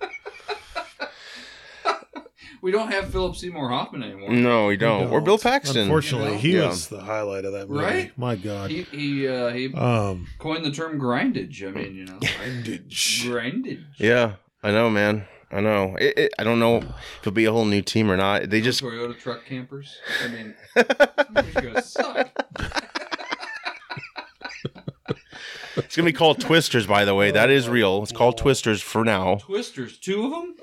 we don't have Philip Seymour Hoffman anymore.
no, you
We
don't. Or Bill Paxton.
Unfortunately,
You know?
he
Yeah.
was the highlight of that movie.
Right?
My God.
He he uh, he
um,
coined the term grindage. I mean, you know, grindage.
Yeah, I know, man. I know. It, it, I don't know if it'll be a whole new team or not. They just
Toyota truck campers. I mean, it's gonna suck.
it's gonna be called Twisters, by the way. That is real. It's called Twisters for now.
Twisters, two of them.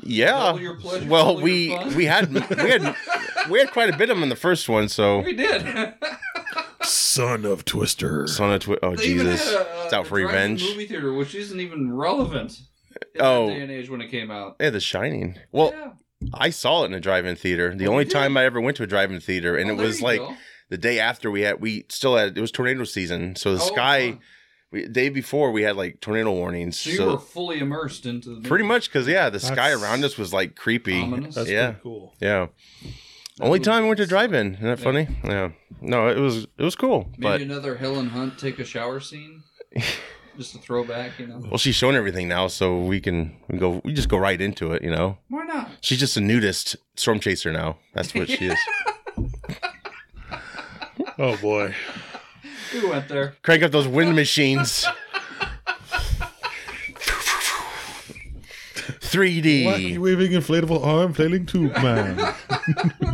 Yeah.
Double your pleasure,
Well,
double
we
your fun.
we had we had we had quite a bit of them in the first one, so
We did. they
Oh,
son of Twister.
Son of Twi- oh
even
Jesus,
had a, a,
it's out
a
for
drive-in
revenge.
Movie theater, which isn't even relevant. In
Oh.
that day and age when it came out.
Yeah, The Shining. Well,
yeah.
I saw it in a drive-in theater. The
Oh,
only
you did?
time I ever went to a drive-in theater, and
Oh,
it
there
was
you
like
go.
the day after we had we still had it was tornado season, so the
Oh,
sky.
fun.
We, day before we had like tornado warnings,
So
so,
you were fully immersed into the movie.
pretty much because yeah, the sky
That's-
around us was like creepy.
Ominous.
That's
Yeah.
pretty cool.
Yeah, only
movie
time I went to
sucked.
drive-in. Isn't that
Yeah.
funny? Yeah, no, it was it was cool,
Maybe
but
another Helen Hunt take a shower scene. Just a throwback, you know.
well, she's shown everything now, so we can we go we just go right into it, you know.
Why not?
She's just a nudist storm chaser now. That's what she is.
Oh boy.
We went there.
Crank up those wind machines. 3D.
Wacky waving inflatable arm flailing tube man.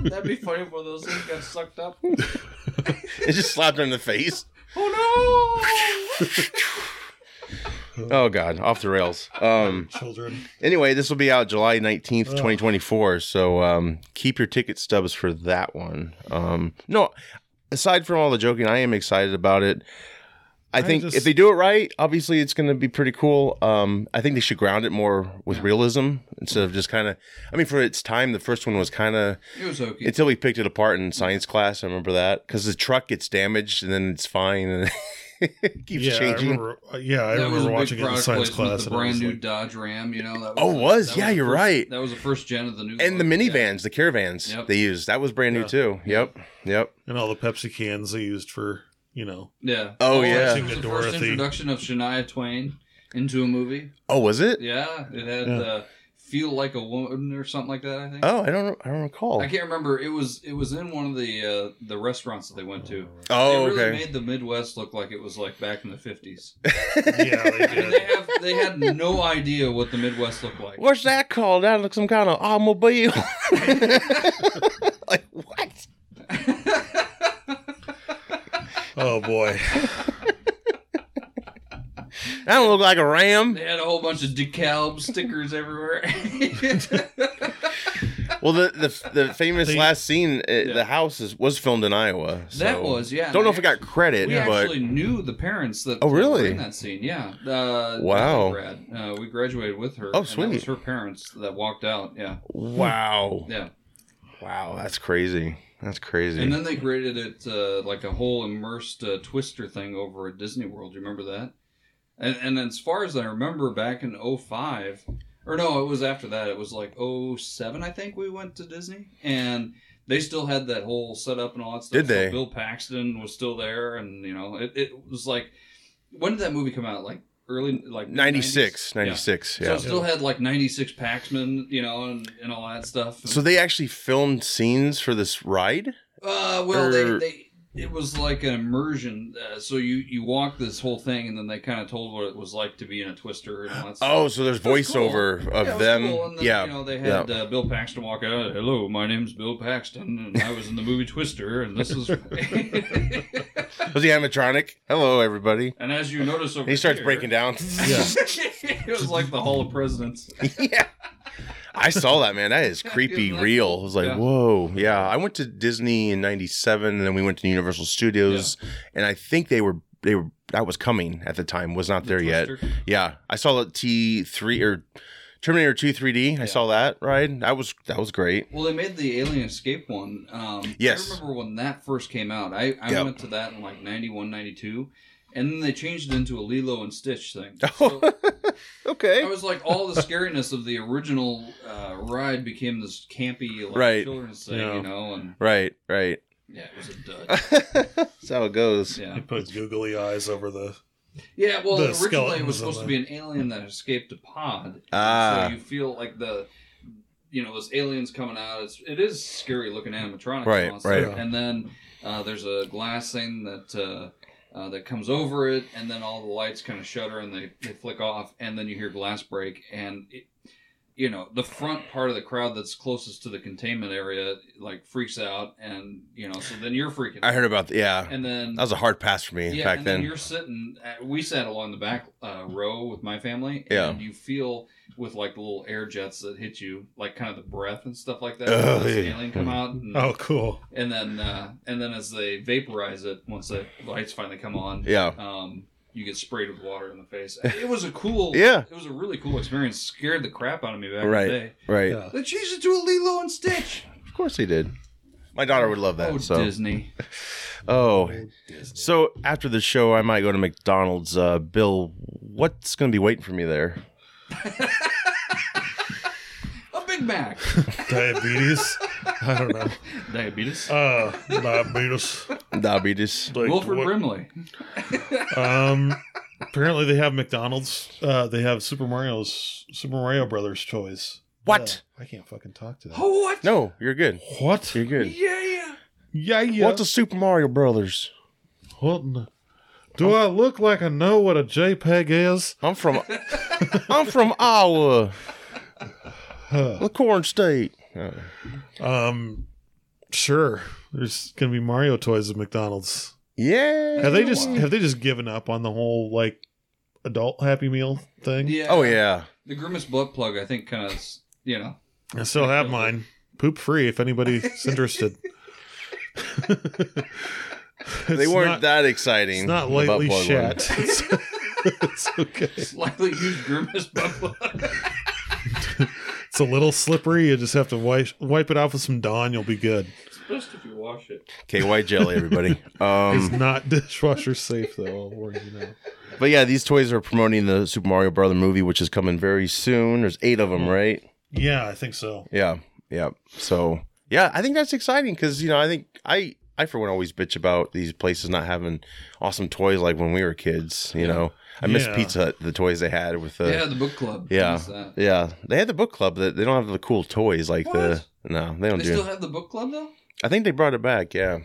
That'd be funny if one of those things got sucked up.
It just slapped her in the face.
Oh no!
Oh god, off the rails. Um
Children.
anyway, this will be out July 19th, 2024, so um keep your ticket stubs for that one. Um no, aside from all the joking, I am excited about it. I think
just-
if they do it right, obviously it's going to be pretty cool. Um, I think they should ground it more with realism instead of just kind of. I mean, for its time, the first one was kind of
It was okay.
until we picked it apart in science class. I remember that because the truck gets damaged and then it's fine and it keeps
yeah, I
changing.
remember, uh, yeah, I remember watching it in science class.
The
and I was
brand new
like-
Dodge Ram, you know. That
Oh, was?
that
Yeah,
the
you're
first-
right.
That was the first gen of the new.
and the
look, yeah.
minivans, the caravans
Yep.
they used that was brand new
Yeah.
too. Yep, yep.
and all the Pepsi cans they used for you know.
Yeah.
Oh,
that
yeah.
was the first
Dorothy.
introduction of Shania Twain into a movie.
Oh, was it?
Yeah, it had
Yeah.
Uh, "Feel Like a Woman" or something like that. I think.
Oh, I don't. I don't recall.
I can't remember. It was it was in one of the uh, the restaurants that they went to.
oh,
they really
okay.
made the Midwest look like it was like back in the fifties.
Yeah, they
And
did.
they have they had no idea what the Midwest looked like.
What's that called? That looks some kind of automobile. like what?
Oh boy,
That don't look like a ram.
They had a whole bunch of decal stickers everywhere.
Well, the the, the famous
They-
last scene, uh
Yeah.
the house is, was filmed in Iowa. So.
That was, yeah,
Don't know if
and
it got credit,
we
but
actually knew the parents that.
Oh,
that were
really?
In that scene, yeah. Uh,
Wow.
Brad, uh, we graduated with her.
Oh,
and that was
sweet.
her parents that walked out. Yeah,
wow,
yeah.
wow, that's crazy. That's crazy.
And then they created it uh, like a whole immersed uh, twister thing over at Disney World. You remember that? And, and as far as I remember, back in 05, or no, it was after that. It was like 07, I think we went to Disney, and they still had that whole setup and all that stuff.
Did they?
So Bill Paxton was still there, and you know, it, it was like, when did that movie come out? Like early, like
96,
90s? Yeah.
96,
So
yeah.
it still had like 96 Paxman, you know, and, and all that stuff.
So they actually filmed scenes for this ride.
Uh, well, they,
Or-
they it was like an immersion. Uh, so you you walk this whole thing, and then they kind of told what it was like to be in a twister and all that. stuff.
Oh, so there's
It was
voiceover
cool.
of
Yeah, it was
them.
cool, and then,
yeah,
you know they had uh, Bill Paxton walk out. Hello, my name's Bill Paxton, and I was in the movie Twister, and this is.
was he animatronic? Hello, everybody.
and as you notice, over
And he starts
here-
breaking down.
Yeah.
it was like the Hall of Presidents.
yeah. I saw that, man. That is creepy
Isn't that
real. I was like,
Yeah.
whoa. Yeah. I went to Disney in 97 and then we went to Universal Studios and I think they were, they were, that was coming at the time, was not there yet.
Twister.
Yeah. I saw the T3 or Terminator 2 3D. I saw that, right? That was, that was great.
Well, they made the Alien Escape one. Um,
Yes.
I remember when that first came out. I, I
Yep.
went to that in like 91, 92. And then they changed it into a Lilo and Stitch thing. So
Oh.
I
Okay.
was like, all the scariness of the original uh, ride became this campy like,
Right.
children's thing,
Yeah.
you know? And
Right. Right.
yeah, it was a dud.
That's how it goes.
Yeah.
they put googly eyes over the.
Yeah, well,
The
originally it was
skeleton was
supposed to
on
be an alien that escaped a pod.
Ah.
So you feel like the, you know, those aliens coming out. It's it is scary looking animatronics,
Right,
monster.
right.
And then uh, there's a glass thing that. Uh, uh, that comes over it, and then all the lights kind of shutter and they, they flick off, and then you hear glass break. And, it, you know, the front part of the crowd that's closest to the containment area, like, freaks out, and, you know, so then you're freaking
I
out.
heard about, the, yeah.
And then
That was a hard pass for me
yeah,
back
and then,
then.
you're sitting. At, we sat along the back uh, row with my family, and
Yeah.
you feel with like the little air jets that hit you, like kind of the breath and stuff like that.
Oh,
as the
yeah.
alien come out, and,
Oh, cool.
and then uh, and then as they vaporize it, once the lights finally come on,
Yeah.
um, you get sprayed with water in the face. It was a cool,
Yeah.
it was a really cool experience. Scared the crap out of me back
Right.
in the day.
Right.
Yeah.
They changed it to a Lilo and Stitch.
Of course he did. My daughter would love that.
oh,
so.
Disney.
Oh, so after the show, I might go to McDonald's. Uh, Bill, what's going to be waiting for me there?
A Big Mac.
Diabetes. I don't know.
Diabetes.
Uh, diabetes. Like,
Diabetes.
Wilford
what-
Brimley.
Um, apparently they have McDonald's. Uh, they have Super Mario's Super Mario Brothers toys.
What?
Uh, I can't fucking talk to that.
Oh, what?
No, you're good.
What?
You're good.
Yeah, yeah.
Yeah, yeah.
What's a Super Mario Brothers?
What in the- Do I look like I know what a JPEG is?
I'm from. I'm from Iowa,
Huh.
the Corn State. Uh,
Um, sure. There's gonna be Mario toys at McDonald's.
yeah.
Have they just have they just given up on the whole like adult Happy Meal thing?
Yeah.
Oh yeah.
The Grimace butt plug, I think, kind of, you know.
I still have mine. Poop free if anybody's interested.
they
It's
weren't
not-
that exciting.
It's not
the butt
lightly
plug one.
shat. It's, it's okay.
Slightly used grimace butt
It's a little slippery. You just have to wipe wipe it off with some Dawn. You'll be good.
Supposed if you wash it.
KY jelly, everybody.
It's
Um,
not dishwasher safe though. I'll warn you now.
but yeah, these toys are promoting the Super Mario Brother movie, which is coming very soon. There's eight of them, right?
Yeah, I think so.
Yeah, yeah. So yeah, I think that's exciting because you know I think I I for one always bitch about these places not having awesome toys like when we were kids. You know, I miss
Yeah.
Pizza Hut, the toys they had with the
yeah, the book club.
yeah.
What is that?
yeah. They had the book club that they don't have the cool toys like the no they don't
They
do.
still have the book club though.
I think they brought it back. Yeah,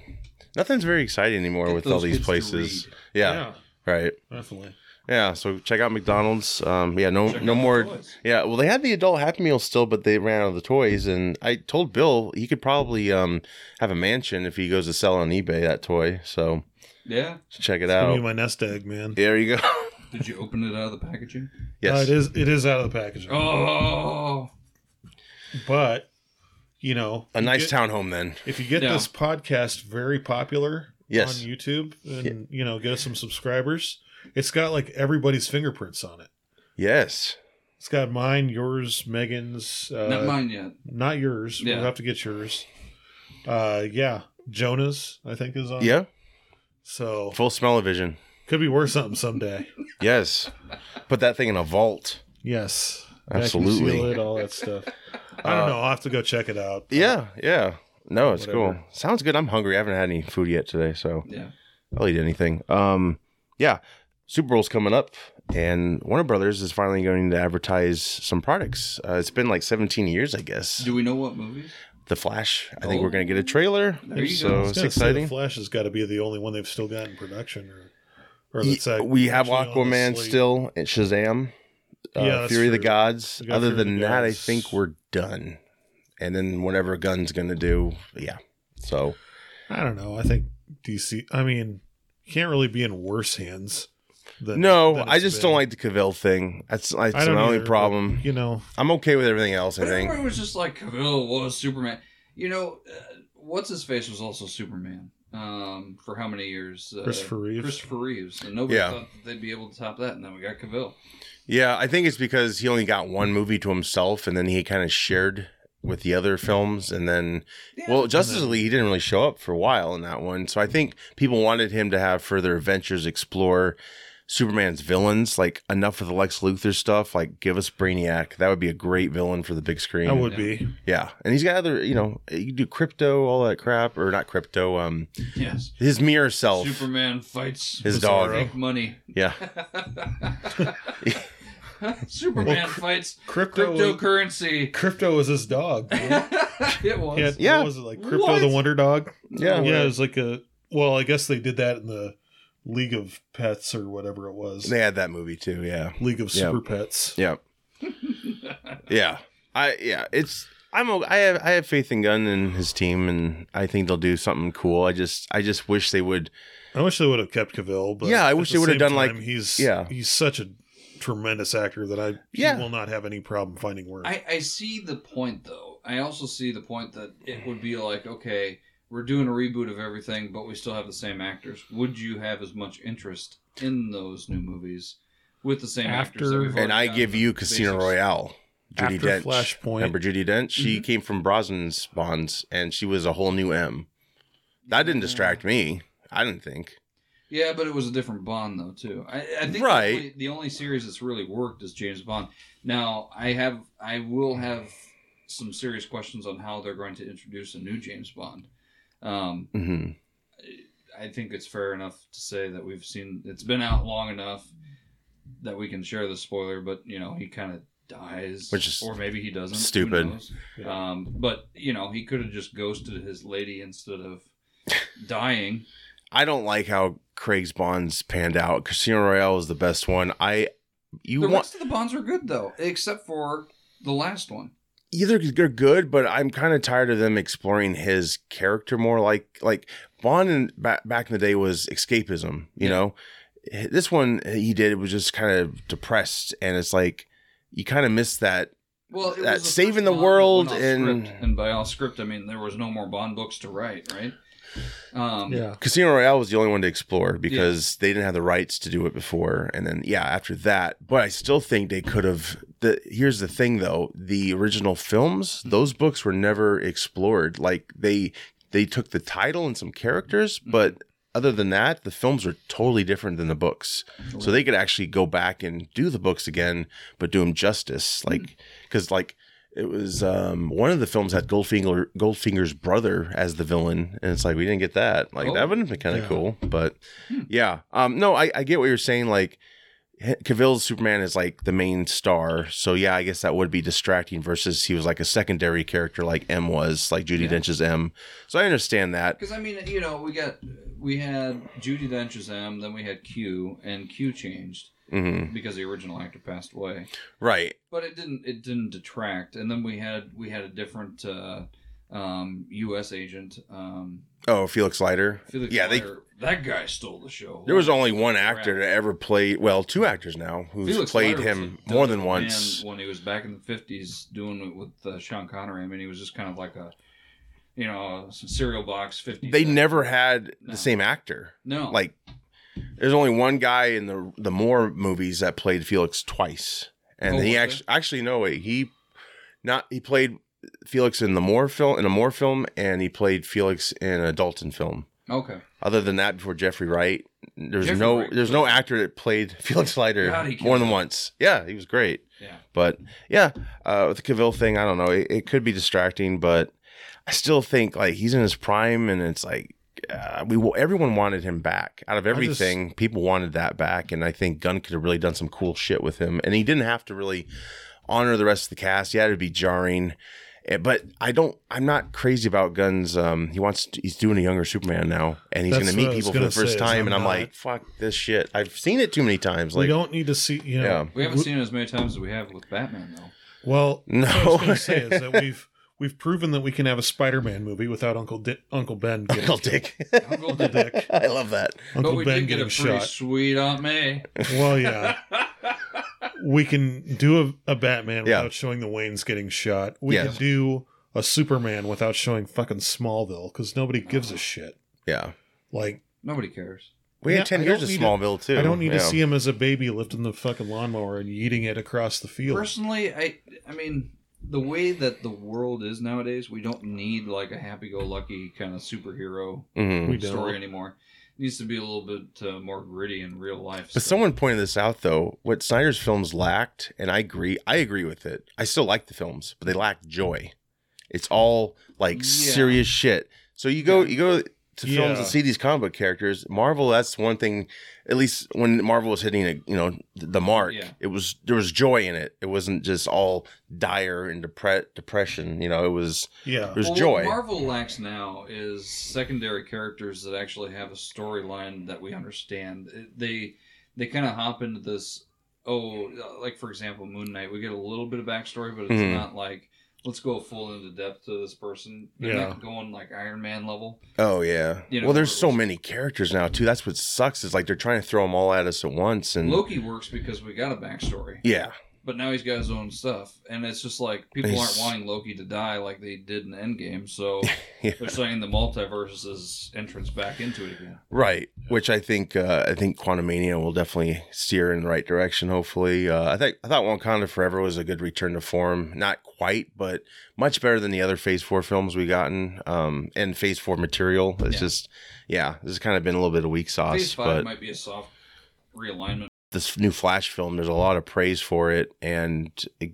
nothing's very exciting anymore
Get
with all
those
these
kids to
places.
read.
Yeah, right.
definitely.
Yeah, so check out McDonald's. Um, yeah, no,
Check
no
out the
more.
toys.
Yeah, well, they had the adult Happy Meal still, but they ran out of the toys. And I told Bill he could probably um have a mansion if he goes to sell on eBay that toy. So
Yeah.
check it
Give me
out.
my nest egg, man.
there you go.
Did you open it out of the packaging?
Uh,
yes.
it is. It is out of the packaging,
Oh.
but you know,
a nice
town.
townhome then.
If you get
Yeah.
this podcast very popular
Yes.
on YouTube and you know get us some subscribers, it's got like everybody's fingerprints on it.
Yes.
It's got mine, yours, Megan's, uh,
Not mine yet.
not yours.
Yeah.
We'll have to get yours. Uh, yeah, Jonah's I think is on.
Yeah.
So
Full smell of vision.
could be worth something someday.
Yes. Put that thing in a vault.
Yes,
Absolutely. Uh,
Vacuum seal it, all that stuff. I don't know. I'll have to go check it out.
Yeah. Yeah. No, it's
Whatever.
cool. Sounds good. I'm hungry. I haven't had any food yet today, so
Yeah.
I'll eat anything. Um, yeah, Super Bowl's coming up, and Warner Brothers is finally going to advertise some products. Uh, it's been like 17 years, I guess.
Do we know what movies?
The Flash. I think
Oh.
we're going to get a trailer.
There you
so
go.
I was
Oh, it's
gonna say
exciting.
The Flash has got to be the only one they've still got in production, or, or
Ye-
that's like
we have
actually on the
Aquaman
slate.
still and Shazam, uh,
Yeah, that's
Fury of the
true.
Gods.
We got
Other
Fury of the
than that, I
Gods.
think we're done. And then whatever Gun's going to do, yeah. So
I don't know. I think DC. I mean, can't really be in worse hands. Than,
no,
than
I
it's
just
been.
don't like the Cavill thing. That's that's
don't
my only
either, but,
problem.
You know,
I'm okay with everything else. I
But
think.
everyone was just like Cavill was Superman. You know, uh, what's his face was also Superman. Um, for how many years? Uh,
Christopher Reeves.
Christopher Reeves, and nobody
Yeah.
thought that they'd be able to top that. And then we got Cavill.
Yeah, I think it's because he only got one movie to himself, and then he kind of shared with the other films, and then
Yeah.
well, Justice League he didn't really show up for a while in that one. So I think people wanted him to have further adventures, explore Superman's villains, like enough of the Lex Luthor stuff. Like, give us Brainiac. That would be a great villain for the big screen.
I would be.
Yeah, and he's got other, you know, you can do crypto, all that crap, or not crypto. Um,
yes,
his mirror self.
Superman fights
His
Bizarro.
dog.
Make money.
yeah,
Superman
Well, cr-
fights
Crypto. Crypto,
cryptocurrency.
was his dog. Man.
it was.
He had-
Yeah.
What was it like Crypto the
What?
Wonder Dog?
yeah,
Yeah, it was like a. Well, I guess they did that in the League of Pets or whatever it was.
They had that movie too. Yeah.
League of
Yeah.
Super Pets.
Yeah. yeah. I yeah, it's I'm o- I have I have faith in Gunn and his team and I think they'll do something cool. I just I just wish they would
I wish they would have kept Cavill, but
Yeah, I
at
wish
the
they would have
same
done, like-
time, he's
yeah.
he's such a tremendous actor that I he
Yeah.
will not have any problem finding work.
I, I see the point though. I also see the point that it would be like, okay, we're doing a reboot of everything, but we still have the same actors. Would you have as much interest in those new movies with the same actors? that
After-
we've already
and I
got
give
the
you Casino
basics?
Royale. Judy
After
Dench.
Flashpoint.
Remember Judy Dench? She came from Brosnan's Bonds and she was a whole new M. That didn't distract me. I didn't think.
Yeah, but it was a different Bond though too. I, I think
Right.
the, only, the only series that's really worked is James Bond. Now I have I will have some serious questions on how they're going to introduce a new James Bond. Um,
hmm
I think it's fair enough to say that we've seen it's been out long enough that we can share the spoiler, but you know, he kind of dies,
Which is
or maybe he doesn't. who
stupid.
knows? Um, but you know, he could have just ghosted his lady instead of dying.
I don't like how Craig's Bonds panned out. Casino Royale is the best one. I you
the
want
rest of the bonds are good though, except for the last one.
either they're good, but I'm kind of tired of them exploring his character more. Like like Bond in, back back in the day was escapism. You
Yeah.
know, this one he did was just kind of depressed, and it's like you kind of miss that.
Well, it
That
was
Uh, saving
first
the
Bond
world
that went off
and-
script, and by all script I mean there was no more Bond books to write, right? Um,
Yeah.
Casino Royale was the only one to explore because they didn't have the rights to do it before, and then yeah, after that. But I still think they could have. The here's the thing though: the original films, those books were never explored. Like they they took the title and some characters, but other than that, the films are totally different than the books. So they could actually go back and do the books again, but do them justice.
Hmm.
Like because like it was um, one of the films had Goldfinger Goldfinger's brother as the villain, and it's like we didn't get that. Like
Oh. Hmm.
that would have been kind of
Yeah.
cool, but yeah, um, no, I, I get what you're saying. Like H- Cavill's Superman is like the main star, so yeah, I guess that would be distracting. Versus he was like a secondary character, like M was, like Judy
Yeah.
Dench's M. So I understand that.
Because I mean, you know, we got we had Judy Dench's M, then we had Q, and Q changed
hmm
because the original actor passed away.
Right?
But it didn't it didn't detract. And then we had we had a different uh, um, U.S. agent. Um,
Oh, Felix Leiter.
Felix
yeah, they.
Leiter. that guy stole the show.
There was
Holy
only one actor
crap.
to ever play. Well, two actors now who's
Felix
played
Leiter
him
was a
more than
dope
once.
man when he was back in the fifties doing it with uh, Sean Connery. I mean, he was just kind of like a you know a cereal box fifty.
they never had
No.
the same actor.
no
Like, there's only one guy in the the Moore movies that played Felix twice, and
Oh,
he
was there?
actually actually no wait he not he played Felix in the Moore film in a Moore film, and he played Felix in a Dalton film.
okay.
Other than that, before Jeffrey Wright, there's
Jeffrey
no
Wright,
there's
good.
no actor that played Felix Leiter
God, he killed
more than
it.
once. Yeah, he was great.
Yeah.
But yeah, uh, with the Cavill thing, I don't know. It, it could be distracting, but I still think like he's in his prime, and it's like uh, we everyone wanted him back. Out of everything, people wanted that back, and I think Gunn could have really done some cool shit with him, and he didn't have to really honor the rest of the cast. Yeah, it'd be jarring. eh, But I don't. I'm not crazy about guns. Um, he wants. To, he's doing a younger Superman now, and he's
That's
going to
what
meet
I was
people for the
gonna
first
say, is
time.
I'm
and I'm
not-
like, fuck this shit. I've seen it too many times. Like,
we don't need to see, you
yeah,
know.
We haven't
w-
seen it as many times as we have with Batman, though.
Well,
No.
what I was going to say is that we've we've proven that we can have a Spider-Man movie without Uncle Di- Uncle Ben getting,
Uncle Dick.
Uncle Dick.
Dick.
I love that.
But
Uncle
we
Ben
did get a
getting
pretty
shot.
sweet Aunt May.
Well, yeah, we can do a, a Batman
Yeah.
without showing the Waynes getting shot. We
Yes.
can do a Superman without showing fucking Smallville because nobody gives a shit.
Yeah.
Like
Nobody cares.
We
Yeah,
had 10
I
years
don't
of
need to-
Smallville, too.
I don't need
yeah.
to see him as a baby lifting the fucking lawnmower and yeeting it across the field.
Personally, I I mean, the way that the world is nowadays, we don't need like a happy-go-lucky kind of superhero
Mhm.
We don't.
story anymore. It needs to be a little bit uh, more gritty in real life.
But
stuff.
someone pointed this out, though. What Snyder's films lacked, and I agree, I agree with it. I still like the films, but they lack joy. It's all like
Yeah.
serious shit. So you go, you go to films
Yeah.
and see these comic book characters. Marvel, that's one thing. At least when Marvel was hitting, a, you know, th- the mark,
Yeah.
it was there was joy in it. It wasn't just all dire and depre- depression. You know, it was
Yeah,
there's
Well,
joy.
What Marvel lacks now is secondary characters that actually have a storyline that we understand. It- They they kind of hop into this. Oh, like for example, Moon Knight. We get a little bit of backstory, but it's
Mhm.
not like let's go full into depth to this person. They're
Yeah.
not going like Iron Man level.
Oh yeah.
You know,
well, there's
where it
so
was-
many characters now too. That's what sucks is like they're trying to throw them all at us at once, and
Loki works because we got a backstory,
yeah,
but now he's got his own stuff, and it's just like people
He's-
aren't wanting Loki to die like they did in Endgame, so
Yeah.
they're saying the multiverse is entrance back into it again.
right. Which I think uh, I think Quantumania will definitely steer in the right direction. Hopefully, uh, I think I thought Wakanda Forever was a good return to form. Not quite, but much better than the other Phase Four films we gotten, um, and Phase Four material. It's
Yeah.
just yeah, this has kind of been a little bit of weak sauce.
Phase five
but
might be a soft realignment.
this new Flash film, there's a lot of praise for it, and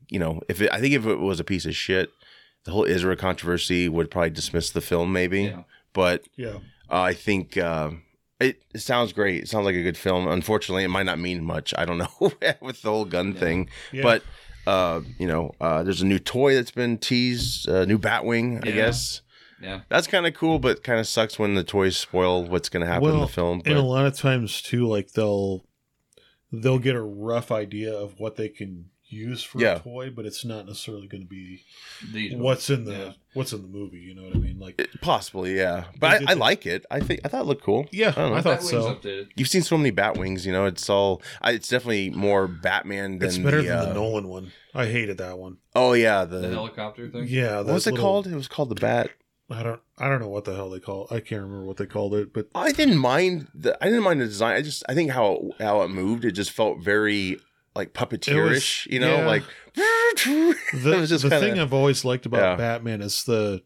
you know, if it, I think if it was a piece of shit, the whole Israel controversy would probably dismiss the film, maybe.
Yeah.
But
yeah.
uh, I think uh, it, it sounds great. It sounds like a good film. Unfortunately, it might not mean much. I don't know with the whole gun
Yeah.
thing,
Yeah.
but. Uh, you know, uh, there's a new toy that's been teased, uh, new Batwing, I
Yeah.
guess.
Yeah.
That's kind of cool, but kind of sucks when the toys spoil what's going to happen in the
Well,
film. But
and a lot of times too like they'll they'll get a rough idea of what they can use for
Yeah.
a toy but it's not necessarily going to be
The,
what's in the
Yeah.
what's in the movie you know what i mean like
it- possibly, yeah.
They
But
did
I, I
the-
like it. I think I thought it looked cool.
yeah
don't know.
i
Batwing's
thought so
updated.
You've seen so many Batwings, you know. It's all. I, it's definitely more Batman than.
it's better
the,
than the
uh,
nolan one i hated that one
Oh yeah, the.
The helicopter thing.
yeah
what was
that
it
little-
called? It was called the Bat.
i don't I don't know what the hell they call. I can't remember what they called it, but
I didn't mind the I didn't mind the design. I just I think how it, how it moved, it just felt very like puppeteerish, you know,
yeah.
like
the,
it was just
the
kinda,
thing I've always liked about
yeah.
Batman is the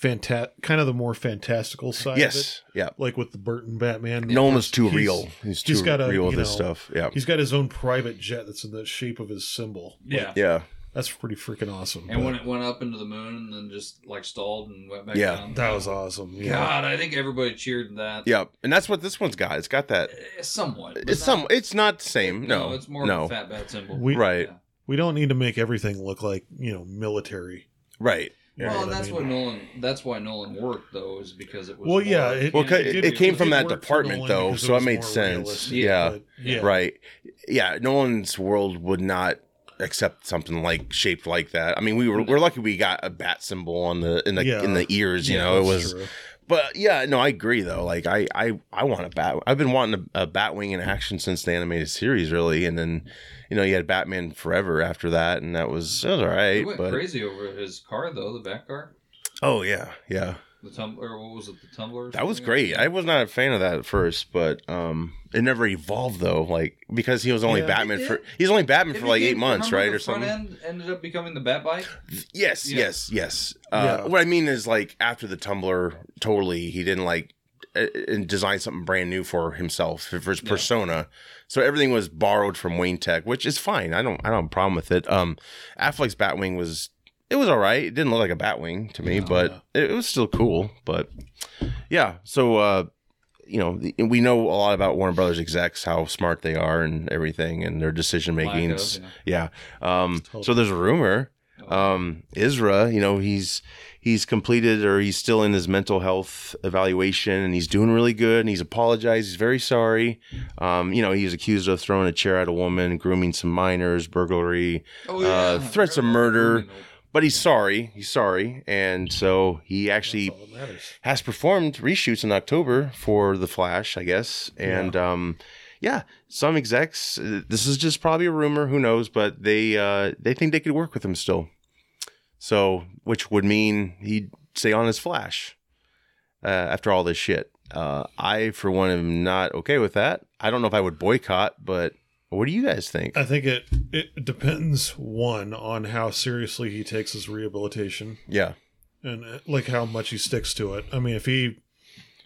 fanta- kind of the more fantastical side. Of it.
yes, yeah.
Like with the Burton Batman.
No one was too
He's-
real. He's too
he's got a,
real with
you
this
know,
stuff. Yeah,
He's got his own private jet that's in the shape of his symbol.
Yeah.
yeah.
That's pretty freaking awesome.
And
but
when it went up into the moon and then just like stalled and went back
Yeah.
down.
that was awesome. Yeah.
God, I think everybody cheered that.
Yeah, and that's what this one's got. It's got that.
Eh, Somewhat. but
It's
not-
some. It's not the same. No,
it's more
no.
of a fat bat symbol.
We-
Right,
Yeah.
We don't need to make everything look like, you know, military.
right.
You know
well,
what I
that's
mean?
what Nolan. That's why Nolan worked though, is because it was.
Well, yeah,
more-
it,
Well, 'cause
it, did-
it came from
did
that
work for
department,
Nolan
though,
because
so
was
it made
more
sense.
realistic,
Yeah.
but yeah,
Right. Yeah. Nolan's world would not accept something like shaped like that. I mean, we were we're lucky we got a bat symbol on the in the
Yeah.
in the ears. You
Yeah,
know, it
that's
was.
true.
But yeah, no, I agree though. Like I I I want a bat. I've been wanting a, a Batwing in action since the animated series, really. And then, you know, you had Batman Forever after that, and that was, that was all
He
right.
went
But
crazy over his car though, the back car,
oh yeah, yeah.
the tumbler. What was it? The tumbler. or
That was
something?
great. I was not a fan of that at first, but um, it never evolved though. Like because he was only
Yeah.
Batman
It
for
did.
he's only Batman
It
for like
became-
eight months,
remember
right,
the
or
front End
something.
ended up becoming the bat bike.
Yes,
Yeah.
yes, yes. Uh,
Yeah.
What I mean is like after the Tumblr, totally, he didn't like uh, and design something brand new for himself for his
Yeah.
persona. So everything was borrowed from Wayne Tech, which is fine. I don't I don't have a problem with it. Um, Affleck's Batwing was it was all right. It didn't look like a Batwing to me,
No,
but it, it was still cool. But yeah, so uh, you know, the, and we know a lot about Warner Brothers execs, how smart they are and everything, and their decision making.
Black Dove,
Yeah. Um,
Totally.
So there's a rumor.
yeah.
Um, Isra, you know, he's he's completed or he's still in his mental health evaluation, and he's doing really good. And he's apologized. He's very sorry. Um, you know, he's accused of throwing a chair at a woman, grooming some minors, burglary.
Oh,
uh,
yeah.
threats of murder.
Criminal.
But he's sorry. He's sorry, and so he actually
That's all that matters.
has performed reshoots in October for The Flash, I guess. And yeah. um yeah, some execs uh, this is just probably a rumor, who knows, but they uh they think they could work with him still. So, which would mean he'd stay on as Flash uh, after all this shit. Uh, I, for one, am not okay with that. I don't know if I would boycott, but what do you guys think?
I think it it depends one on how seriously he takes his rehabilitation
yeah,
and uh, like how much he sticks to it. I mean, if he,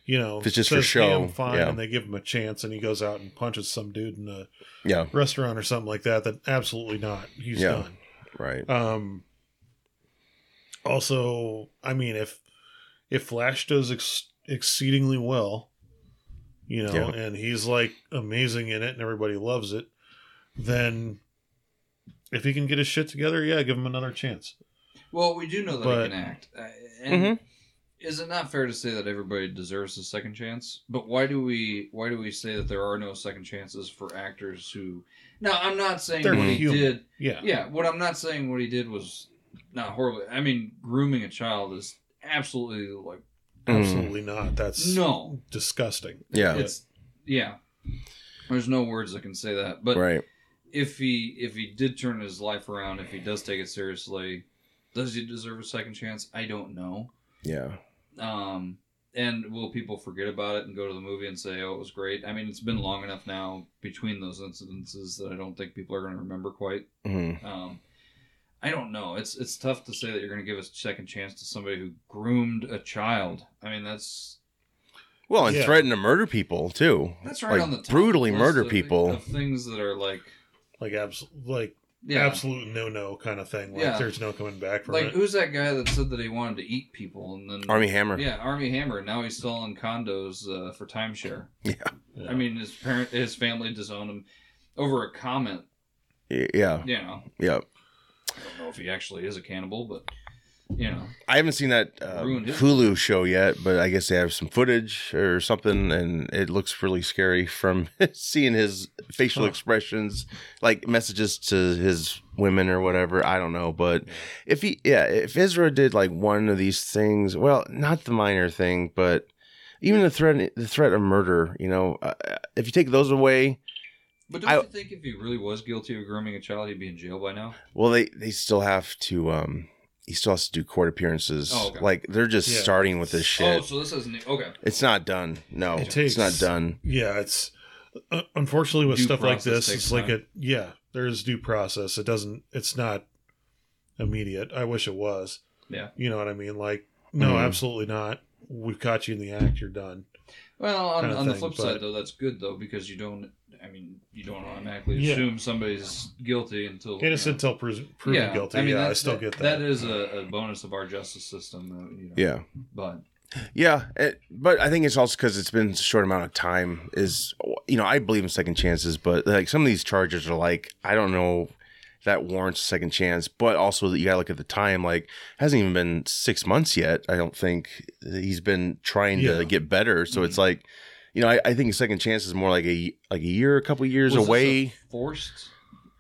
you know,
If it's just for
says, "Hey, I'm
show,"
fine,
yeah.
and they give him a chance, and he goes out and punches some dude in a
yeah,
restaurant or something like that, then absolutely not. He's
Yeah.
done.
right.
Um, also, I mean, if if Flash does ex- exceedingly well, you know,
Yeah.
and he's like amazing in it, and everybody loves it, then if he can get his shit together, yeah, give him another chance.
Well, we do know that
But-
he can act. Uh, and
Mm-hmm.
is it not fair to say that everybody deserves a second chance? But why do we why do we say that there are no second chances for actors who? Now, I'm not saying
They're
what he
human.
did.
Yeah,
Yeah, what I'm not saying what he did was not horrible. I mean, grooming a child is absolutely like
Mhm.
absolutely not. That's
no.
disgusting.
Yeah,
It's yeah. There's no words that can say that. But
right.
if he if he did turn his life around, if he does take it seriously, does he deserve a second chance? I don't know.
Yeah,
Um, and will people forget about it and go to the movie and say, "Oh, it was great"? I mean, it's been long enough now between those incidences that I don't think people are going to remember quite.
Mhm.
Um, I don't know. It's it's tough to say that you're going to give a second chance to somebody who groomed a child. I mean, that's
Well, and
Yeah.
threaten to murder people too.
that's right
Like,
on the top
brutally
list
murder
of-
people.
of things that are like
Like abs- like
yeah.
absolute no no kind of thing. Like
Yeah.
there's no coming back from
Like
it.
who's that guy that said that he wanted to eat people and then
Army Hammer.
Yeah, Army Hammer. Now he's selling condos uh, for timeshare.
Yeah.
I mean, his parent, his family disowned him over a comment.
Y- yeah.
You know,
Yeah,
I don't know if he actually is a cannibal, but you know,
I haven't seen that uh,
Ruined it.
Hulu show yet, but I guess they have some footage or something, and it looks really scary from seeing his facial
Huh.
expressions, like messages to his women or whatever. I don't know, but if he, yeah, if Ezra did like one of these things, well, not the minor thing, but even the threat, the threat of murder, you know, uh, if you take those away,
but don't
I-
you think if he really was guilty of grooming a child, he'd be in jail by now?
well, they they still have to um he still has to do court appearances.
Oh, okay.
Like they're just
Yeah.
starting with this
Oh,
shit.
so this is new. Okay.
it's not done. No,
It takes-
it's not done.
Yeah, it's uh, unfortunately with
Due
stuff like
process
this,
takes
it's like
time.
a yeah. There is due process. It doesn't. It's not immediate. I wish it was.
Yeah. Mm-hmm.
You know what I mean? Like, no,
Mhm.
absolutely not. We've caught you in the act. You're done.
Well, on,
Kinda
on the
thing,
flip
but-
side, though, that's good though because you don't. I mean, you don't automatically
Yeah.
assume somebody's guilty until you
Innocent
know.
until pres- proven guilty. yeah, I
that's-
still get that.
That is a, a bonus of our justice system. Though, you know.
Yeah.
But
Yeah, it, but I think it's also because it's been a short amount of time. Is you know I believe in second chances, but like some of these charges are like I don't know if that warrants a second chance. But also that you gotta look at the time. Like hasn't even been six months yet. I don't think he's been trying
Yeah.
to get better. So it's like you know I, I think a second chance is more like a like a year, a couple years
was this a
away.
forced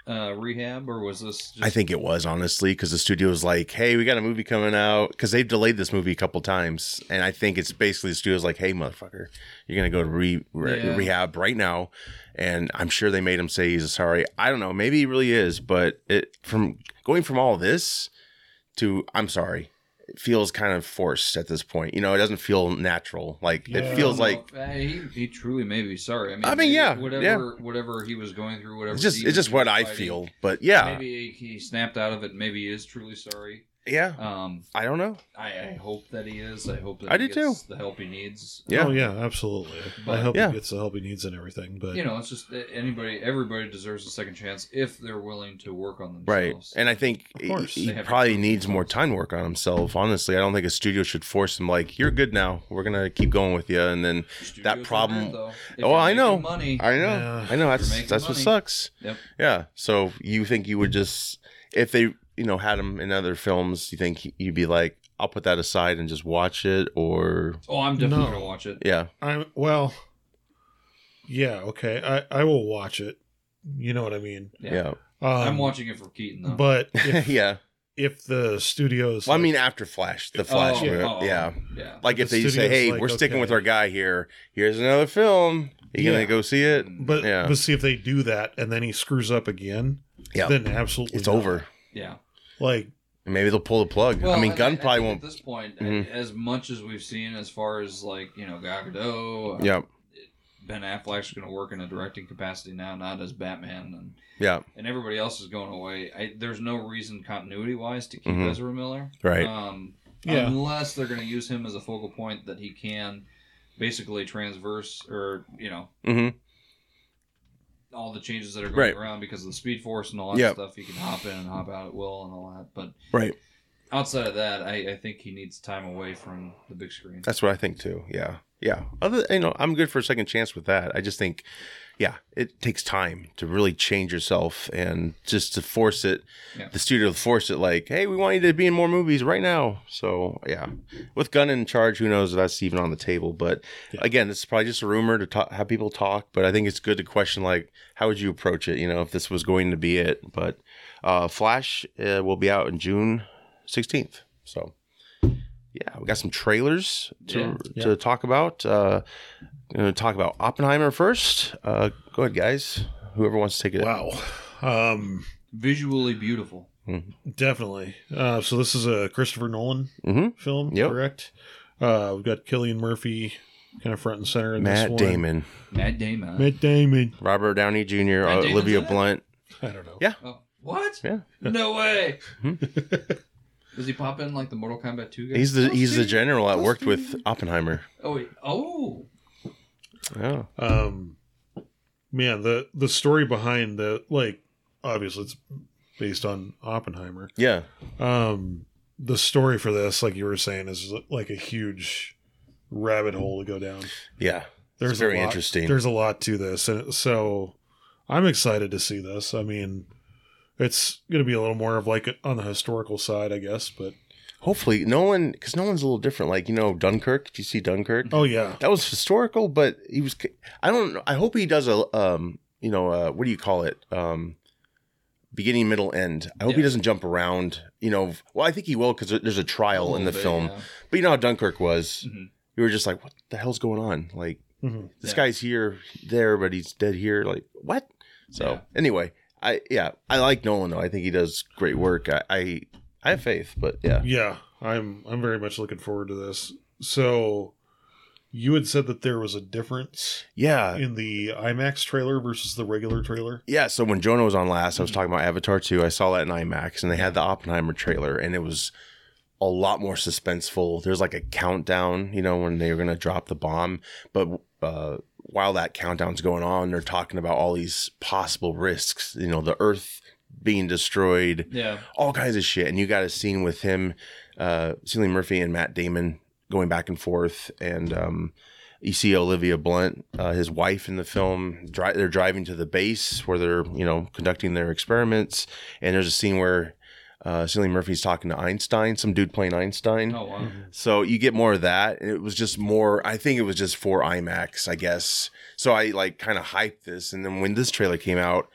uh, rehab, or was this? Just,
I think it was honestly because the studio was like, "Hey, we got a movie coming out," because they've delayed this movie a couple times, and I think it's basically the studio's like, "Hey, motherfucker, you're gonna go to re- re-
Yeah.
rehab right now," and I'm sure they made him say he's sorry. I don't know, maybe he really is, but it from going from all this to I'm sorry, it feels kind of forced at this point. You know, it doesn't feel natural. Like
Yeah.
it feels
I don't
like
know. Uh, he, he truly may be sorry. I mean,
I mean,
maybe
yeah,
whatever,
yeah.
whatever he was going through, whatever.
it's just
demons
it's just
he
what
was
I
fighting,
feel. But yeah,
Maybe he snapped out of it. Maybe he is truly sorry.
yeah,
Um,
I don't know.
I, I hope that he is. I hope that
I
he
do
gets the help he needs.
Yeah.
Oh yeah, absolutely. I
But-
hope
Yeah.
he gets the help he needs and everything. But
You know, it's just that anybody, everybody deserves a second chance if they're willing to work on
Right.
themselves.
And I think
Of
he-
course,
he,
they have to
probably
prove
needs more time work on himself. Honestly, I don't think a studio should force him like, you're good now. We're going to keep going with you. And then,
Studios
that
are
problem-
weird, though. If
Oh,
you're
I know.
making Money.
I know,
Yeah.
I know that's,
making
that's what
money.
sucks.
Yep.
Yeah. So you think you would just, if they, you know, had him in other films, you think he- you'd be like, I'll put that aside and just watch it or,
Oh, I'm definitely
No.
gonna watch it.
yeah.
I'm well. Yeah. Okay. I I will watch it. You know what I mean?
Yeah.
Yeah.
Um,
I'm watching it for Keaton though.
But
Yeah.
if, if the studios,
Well, I mean, after Flash, the Flash.
Oh,
where-
oh, oh,
yeah.
yeah.
Like if
The
they say,
studio's
hey,
like,
we're sticking
okay.
with our guy here. Here's another film. You going
Yeah.
to go see it?
Mm.
but
yeah.
but see if they do that and then he screws up again,
Yeah.
then absolutely
It's
not.
over.
yeah.
Like
Maybe they'll pull the plug. I mean,
and
Gunn
think
probably won't
At this point,
Mhm.
as much as we've seen, as far as like you know, Gal Gadot, uh,
Yeah,
Ben Affleck's going to work in a directing capacity now, not as Batman, and
yeah,
and everybody else is going away. I, there's no reason continuity wise to keep
Mhm.
Ezra Miller,
right.
Um,
Yeah.
Unless they're going to use him as a focal point that he can basically transverse or you know
mm-hmm.
all the changes that are going
Right.
around because of the speed force and all that
Yep.
stuff. He can hop in and hop out at will and all that. But
Right.
outside of that, I, I think he needs time away from the big screen.
That's what I think too. Yeah, yeah. Other, you know, I'm good for a second chance with that. I just think, yeah, it takes time to really change yourself and just to force it.
Yeah.
The studio to force it, like, hey, we want you to be in more movies right now. So yeah, with Gunn in charge, who knows if that's even on the table? But
Yeah.
again, this is probably just a rumor to talk, have people talk. But I think it's good to question, like, how would you approach it? You know, if this was going to be it. But uh, Flash uh, will be out in June 16th. So. Yeah, we got some trailers to,
Yeah.
to talk about. Uh, going to talk about Oppenheimer first. Uh, go ahead, guys. Whoever wants to take it.
wow. Um,
Visually beautiful.
definitely. Uh, so this is a Christopher Nolan
hmm
film,
Yep.
correct? Uh, we've got Killian Murphy, kind of front and center in this
Matt
one.
Damon,
Matt Damon.
Matt Damon.
Robert Downey Jr., uh,
Matt Damon's
Olivia
in it?
Blunt.
I don't know.
Yeah.
Oh, what?
Yeah.
No way. Does he pop in like the Mortal Kombat 2 guy?
He's the
Oh,
he's the
see?
general that
Those
worked
two-
with Oppenheimer.
Oh, wait. Oh.
Oh,
um man the the story behind the like obviously it's based on oppenheimer
yeah,
um the story for this like you were saying is like a huge rabbit hole to go down
yeah.
there's
It's very
a lot,
interesting.
there's a lot to this and so i'm excited to see this i mean it's going to be a little more of like on the historical side i guess but
Hopefully, Nolan because Nolan's a little different. Like you know, Dunkirk. Did you see Dunkirk?
oh yeah
That was historical, but he was. I don't. know. I hope he does a um. You know, uh, what do you call it? Um, beginning, middle, end. I hope he
Yeah.
doesn't jump around. You know, well, I think he will because there's a trial in the
Little bit,
film.
yeah.
But you know how Dunkirk was.
Mhm.
You were just like, what the hell's going on? Like.
Mhm.
this
Yeah.
guy's here, there, but he's dead here. Like what? So
Yeah.
anyway, I yeah, I like Nolan though. I think he does great work. I I, I have faith, but yeah.
Yeah, I'm I'm very much looking forward to this. So you had said that there was a difference
Yeah.
in the IMAX trailer versus the regular trailer.
Yeah, so when Jonah was on last, I was talking about Avatar 2. I saw that in IMAX and they had the Oppenheimer trailer and it was a lot more suspenseful. There's like a countdown, you know, when they were going to drop the bomb, but uh while that countdown's going on, they're talking about all these possible risks, you know, the earth being destroyed,
Yeah.
all kinds of shit. And you got a scene with him, uh, Cillian Murphy and Matt Damon going back and forth, and um, you see Olivia Blunt, uh, his wife in the film. Dri- they're driving to the base where they're you know conducting their experiments, and there's a scene where. Uh, Cillian Murphy's talking to Einstein, some dude playing Einstein.
Oh
Mm-hmm.
wow.
So you get more of that. It was just more, I think it was just for IMAX, I guess. So I like kind of hyped this. And then when this trailer came out,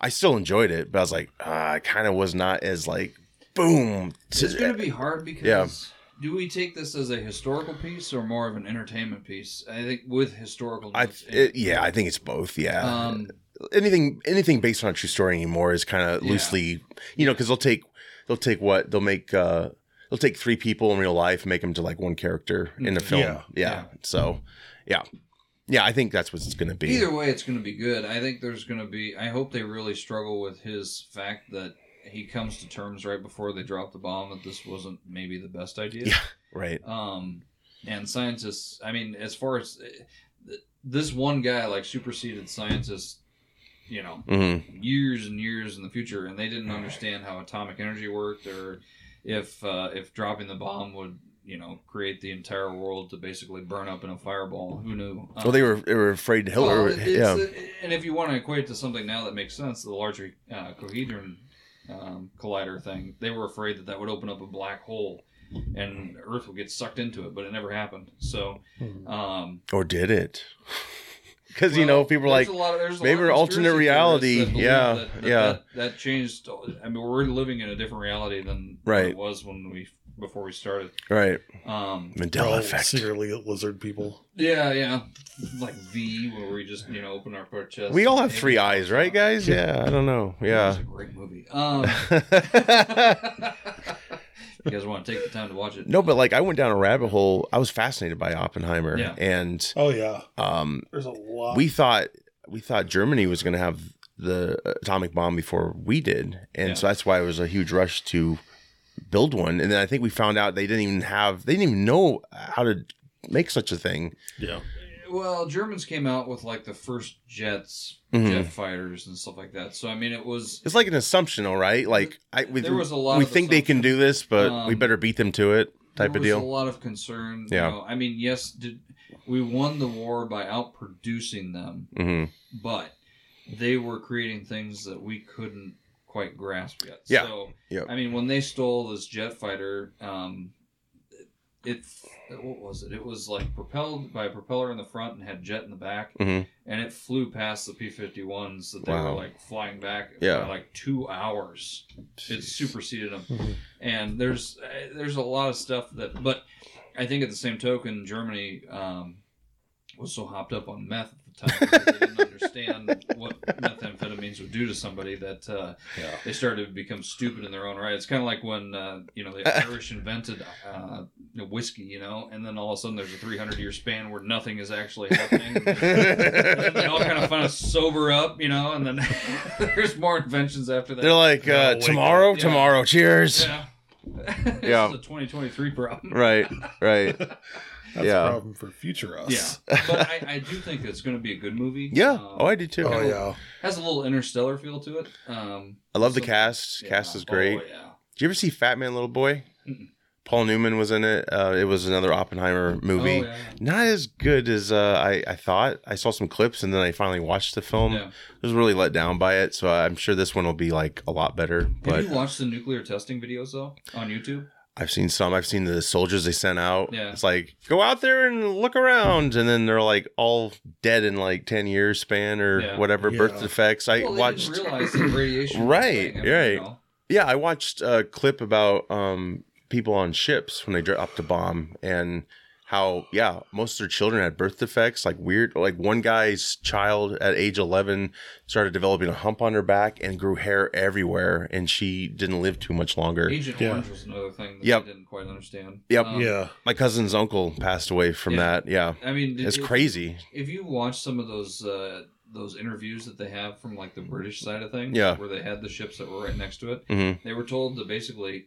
I still enjoyed it, but I was like, uh, I kind of was not as like, boom.
It's going to be hard because
Yeah.
do we take this as a historical piece or more of an entertainment piece? I think with historical.
I,
notes in it.
it, yeah, I think it's both. Yeah.
um,
anything, anything based on a true story anymore is kind of
Yeah.
loosely, you know, because they'll take, they'll take what they'll make, uh, they'll take three people in real life and make them to like one character in
Mm,
a film.
Yeah.
Yeah. So, yeah. Yeah. I think that's what it's going to be.
either way, it's going to be good. I think there's going to be. I hope they really struggle with his fact that he comes to terms right before they drop the bomb that this wasn't maybe the best idea.
Yeah. Right.
Um, and scientists. I mean, as far as th- this one guy like superseded scientists, you know,
hmm
years and years in the future, and they didn't understand how atomic energy worked, or if uh, if dropping the bomb would you know create the entire world to basically burn up in a fireball. Who knew? Um,
Well, Oh, they were they were afraid Hitler.
Well,
would-
it's-
yeah,
and if you want to equate it to something now that makes sense, the larger uh, cohedron um, collider thing, they were afraid that that would open up a black hole and Earth would get sucked into it, but it never happened. So,
Hmm.
um,
or did it? Because you
well,
know, people are
there's
like,
a lot of- there's a
maybe
lot of
alternate
conspiracy
reality,
theorists that believe
yeah,
that- that-
yeah.
That, that changed. I mean, we're living in a different reality than what
Right.
it was when we before we started.
right,
Um,
They're
Mandela
all
effect.
secretly lizard people.
yeah, yeah, like V, where we just you know open up our chest.
We all have
Maybe-
three eyes, right, guys? Yeah, I don't know.
It's
Yeah.
a great movie. Um, you guys want to take the time to watch it?
no, but like I went down a rabbit hole. I was fascinated by Oppenheimer,
Yeah.
and
Oh yeah,
um,
there's a lot.
we thought we thought Germany was going to have the atomic bomb before we did, and
Yeah.
so that's why it was a huge rush to build one. And then I think we found out they didn't even have they didn't even know how to make such a thing.
yeah,
Well, Germans came out with like the first jets,
Mhm.
jet fighters, and stuff like that. So I mean, it was
It's like an assumption, all right. Like I, we,
There was a lot
We
of
think they can do this, but we
Um,
better beat them to it, type
there
of
was a
deal.
lot of concern. you
Yeah.
know. I mean, yes, did we won the war by outproducing them,
hmm
but they were creating things that we couldn't quite grasp yet.
Yeah.
So,
Yeah.
I mean, when they stole this jet fighter, um, it, it what was it? It was like propelled by a propeller in the front and had jet in the back,
Mhm.
and it flew past the P-51s that they
Wow.
were like flying back
Yeah.
by like two hours. It superseded them and there's uh, there's a lot of stuff that but i think at the same token germany um, was so hopped up on meth at the time they didn't understand what methamphetamines would do to somebody that uh,
Yeah.
they started to become stupid in their own right it's kind of like when uh, you know the irish invented uh, you know, whiskey you know and then all of a sudden there's a 300 year span where nothing is actually happening And then they all kind of kind of sober up, you know, and then there's more inventions after that.
They're like
They're all
uh,
wake
tomorrow,
up. Yeah.
tomorrow. Cheers.
yeah, This
Yeah.
is a 2023 problem.
Right, right.
that's
Yeah.
a problem for future
Yeah,
us.
but I, I do think it's going to be a good movie.
Yeah.
Um,
oh, I do too.
Oh yeah,
has a little interstellar feel to it. Um,
I love the
so-
cast.
yeah.
Cast is great.
Oh, yeah.
Did you ever see Fat Man, Little Boy?
Mm-mm.
Paul Newman was in it. Uh, it was another Oppenheimer movie.
Oh, yeah.
Not as good as uh, I, I thought. I saw some clips and then I finally watched the film.
Yeah.
I was really let down by it, so I'm sure this one will be like a lot better. But
Have you watched the nuclear testing videos though on YouTube?
I've seen some. I've seen the soldiers they sent out.
Yeah.
It's like, go out there and look around. And then they're like all dead in like 10 years span or
Yeah.
whatever, birth
Yeah.
defects. I
well, they
watched.
didn't realize that radiation. was
Right,
a thing. I mean, you
right.
know.
Yeah, I watched a clip about um, people on ships when they dropped a bomb and how yeah most of their children had birth defects like weird like one guy's child at age 11 started developing a hump on her back and grew hair everywhere and she didn't live too much longer
Agent
Yeah.
Orange was another thing that
Yep.
I didn't quite understand.
Yep.
Um,
yeah.
my cousin's uncle passed away from
Yeah.
that yeah
I mean,
it's
it-
crazy
If you watch some of those uh, those interviews that they have from like the British side of things,
Yeah.
where they had the ships that were right next to it,
hmm
they were told to basically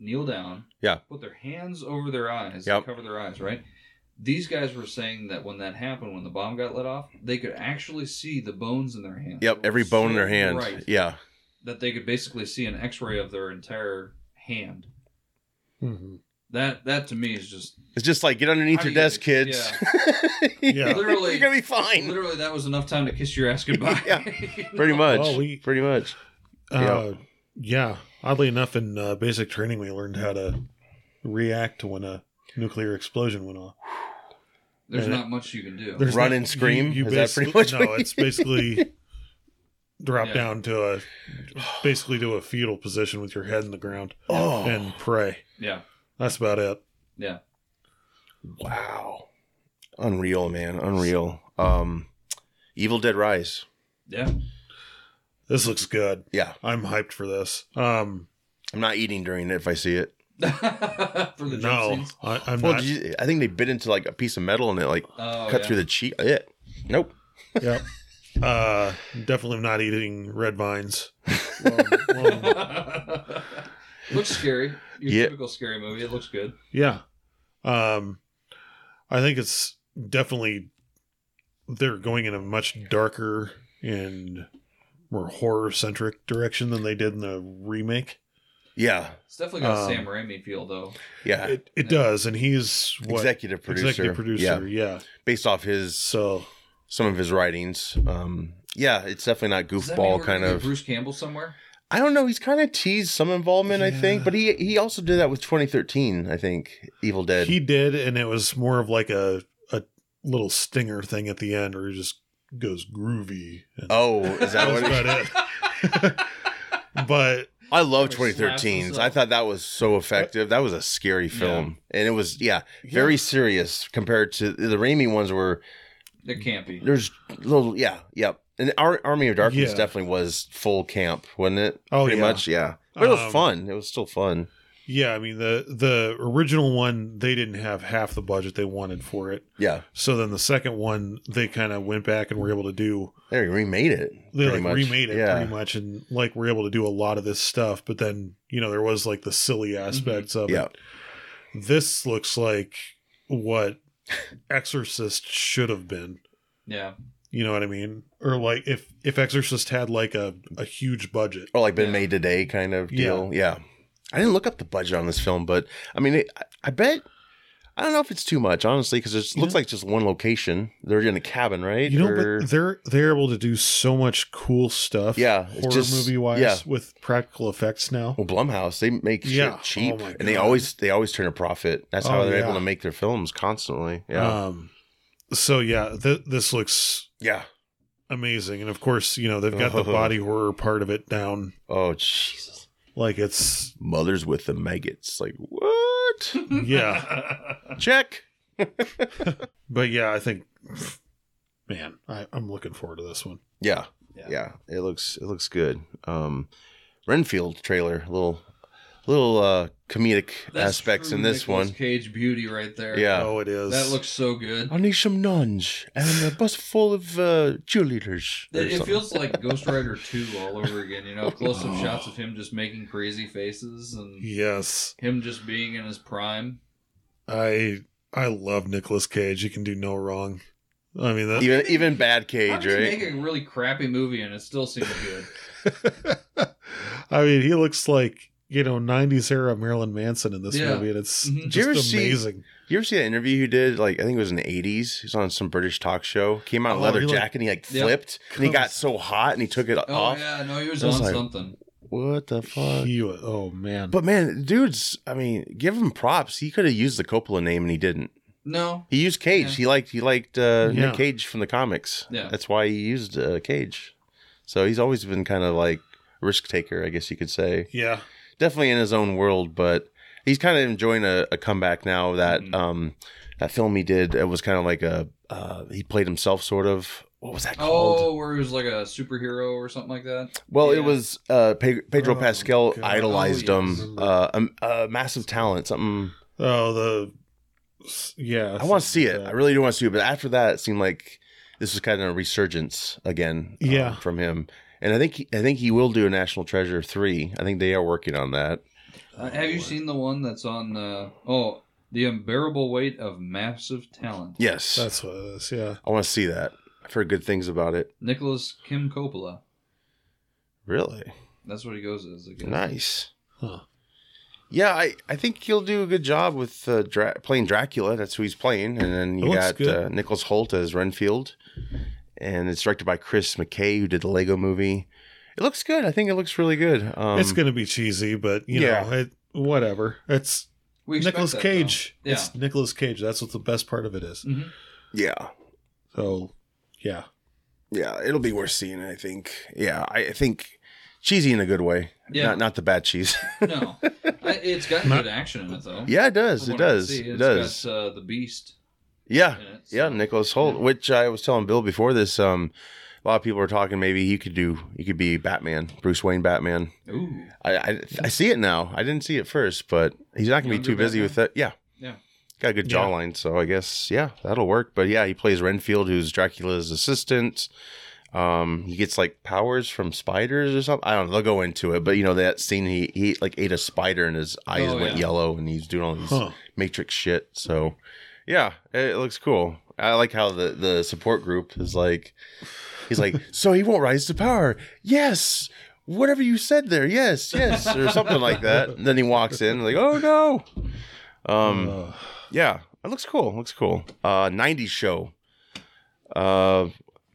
kneel down,
Yeah.
put their hands over their eyes,
Yep.
cover their eyes, right? These guys were saying that when that happened, when the bomb got let off, they could actually see the bones in their hands.
yep
They were
every bone in
so
their hand
bright
yeah
That they could basically see an X-ray of their entire hand.
Mhm.
That that to me is just
it's just like get underneath
How
your
do you-
desk kids
Yeah.
Literally-
you're gonna be fine
literally that was enough time to kiss your ass goodbye.
Yeah. pretty much
Well, we-
pretty much
Uh, yeah. Oddly enough, in uh, basic training, we learned how to react to when a nuclear explosion went off.
There's
And it-
not much you can do.
There's
Run
not-
and scream? Is that pretty
basi-
much
No,
what you-
it's basically drop
Yeah.
down to a basically to a fetal position with your head in the ground
oh
and pray.
Yeah.
That's about it.
Yeah.
Wow. Unreal, man. Unreal. Um Evil Dead Rise.
Yeah.
This looks good.
Yeah.
I'm hyped for this. Um,
I'm not eating during it if I see it.
For the jump
no,
scenes.
I, I'm
Well,
not.
did you, I think they bit into like a piece of metal and it like
Oh,
cut
yeah.
through the cheek. It. Nope.
Yep. Uh, definitely not eating red vines. Well, well,
looks scary. Your
Yeah.
typical scary movie. It looks good.
yeah. Um, I think it's definitely they're going in a much darker and more horror centric direction than they did in the remake.
Yeah.
It's definitely got
Um,
a Sam Raimi feel though.
Yeah.
It, it
Yeah.
does, and he's what
executive producer.
executive
Yeah.
producer. Yeah.
Based off his
So
some of his writings. Um yeah, it's definitely not
Does that mean
goofball
we're
kind
gonna get
of.
Bruce Campbell somewhere.
I don't know. He's kind of teased some involvement, I think,
Yeah.
but he he also did that with 2013. I think Evil Dead.
he did, and it was more of like a a little stinger thing at the end, where he just goes groovy. And
oh, is that what?
That's
It,
about it. but
I love
Where he slaps
2013s. I
himself.
thought that was so effective. That was a scary film. And it was, yeah, very serious compared to the Raimi ones where
It can't be.
there's little, yeah, yep. And Ar- Army of Darkness
Yeah.
definitely was full camp, wasn't it?
Oh,
Pretty
yeah.
much, yeah. But it was
Um,
fun. It was still fun.
yeah, I mean the the original one they didn't have half the budget they wanted for it.
Yeah.
So then the second one they kind of went back and were able to do
They remade it.
they
pretty
like
much.
remade it
Yeah.
pretty much and like were able to do a lot of this stuff. But then you know there was like the silly aspects of
Yeah.
it. This looks like what Exorcist should have been.
Yeah.
You know what I mean? Or like if if Exorcist had like a a huge budget.
Or like been
Yeah.
made today kind of
Yeah.
deal. Yeah. I didn't look up the budget on this film, but I mean, it, I, I bet. I don't know if it's too much, honestly, because it
You
looks
know-
like just one location. They're in a cabin, right?
You know,
Or-
but they're they're able to do so much cool stuff.
Yeah, it's
horror
just-
movie wise
yeah. Oh,
with practical effects now.
Well, Blumhouse, they make
Yeah.
shit cheap,
Oh my
and they
God.
always they always turn a profit. That's how
Oh,
they're able
yeah.
to make their films constantly. Yeah,
Um, so yeah, th- this looks
yeah.
amazing, and of course, you know they've got the
Oh.
body horror part of it down.
Oh Jesus,
Like it's
mothers with the maggots. Like what?
yeah,
Check.
but yeah, I think man, I, I'm looking forward to this one.
Yeah. yeah,
Yeah.
It looks it looks good. Um, Renfield trailer, little little uh comedic
That's
aspects
true
in this
Nicolas
one.
Cage beauty right there.
Yeah.
oh, it is.
That looks so good.
I need some nuns and a bus full of uh, cheerleaders. or
It, it
something.
feels like Ghost Rider 2 all over again, you know, close up
Oh.
shots of him just making crazy faces and
yes.
him just being in his prime.
I I love Nicolas Cage. You can do no wrong. I mean, that,
even even bad
How
cage,
do you make
right?
a really crappy movie and it still seems good?
I mean, he looks like you know '90s era Marilyn Manson in this
Yeah.
movie, and it's
Mhm.
just
Did you ever see-
amazing.
You ever see that interview he did? Like I think it was in the '80s. He was on some British talk show. Came out in a
Oh,
leather
he, like,
jacket and he like
Yeah.
flipped and he got so hot and he took it
Oh,
off.
yeah, no, he was
I was
on
like-
something.
What the fuck?
He wa- oh man,
But man, dude's. I mean, give him props. He could have used the Coppola name and he didn't.
No,
He used Cage.
Yeah.
He liked he liked uh,
Yeah.
Nick Cage from the comics.
Yeah.
that's why he used uh, Cage. So he's always been kind of like risk taker, I guess you could say.
yeah,
definitely in his own world, but he's kind of enjoying a, a comeback now that
Mhm.
um that film he did. It was kind of like a uh, he played himself, sort of. What was that called?
Oh, where he was like a superhero or something like that.
Well,
Yeah.
it was uh, Pe- Pedro
Oh,
Pascal
God.
idolized
Oh, yes.
him. Uh, um, uh, massive talent, something.
Oh, the yeah.
I want to see it.
Yeah.
I really do want to see it. But after that, it seemed like this was kind of a resurgence again. um,
Yeah.
from him. And I think he, I think he will do a National Treasure three. I think they are working on that. Oh,
Uh, have you seen the one that's on? Uh, oh, the unbearable weight of massive talent.
Yes,
That's what it is. Yeah.
I want to see that. I've heard good things about it.
Nicholas Kim Coppola.
Really
That's what he goes as. I guess.
nice.
Huh.
Yeah, I, I think he'll do a good job with uh, Dra- playing Dracula. That's who he's playing. And then
It
you
looks
got
good.
uh, Nicholas Holt as Renfield. And it's directed by Chris McKay, who did the Lego movie. It looks good. I think it looks really good. Um,
it's gonna be cheesy, but you
yeah.
know, it, whatever. It's
We expect
Nicolas
that,
Cage.
though. Yeah.
It's Nicolas Cage. That's what the best part of it is.
Mhm.
Yeah.
So, yeah.
Yeah. It'll be worth seeing, I think. Yeah. I, I think cheesy in a good way.
Yeah.
Not, not the bad cheese.
No, I, it's got
Not-
good action in it though.
yeah, it
From
does. It
what I can
does.
see,
It
it's
does.
got, uh, the Beast.
Yeah.
In it, so-
Yeah, Nicholas Holt,
Yeah.
which I was telling Bill before this. Um, a lot of people are talking maybe he could do, he could be Batman, Bruce Wayne Batman.
Ooh.
I, I, I see it now. I didn't see it first, but he's not going to be
Younger
too busy
Batman?
with that. Yeah.
Yeah.
Got a good
Yeah.
jawline, so I guess yeah, that'll work. But yeah, he plays Renfield, who's Dracula's assistant. Um, he gets like powers from spiders or something. I don't know. They'll go into it, but you know that scene he he like ate a spider and his eyes
Oh,
went
yeah.
yellow, and he's doing all these
Huh.
Matrix shit. So yeah, it looks cool. I like how the the support group is like he's like, so he won't rise to power. Yes. Whatever you said there, yes, yes, or something like that. And then he walks in, like, oh no. Um
Uh,
yeah. It looks cool. Looks cool. Uh 90s show. Uh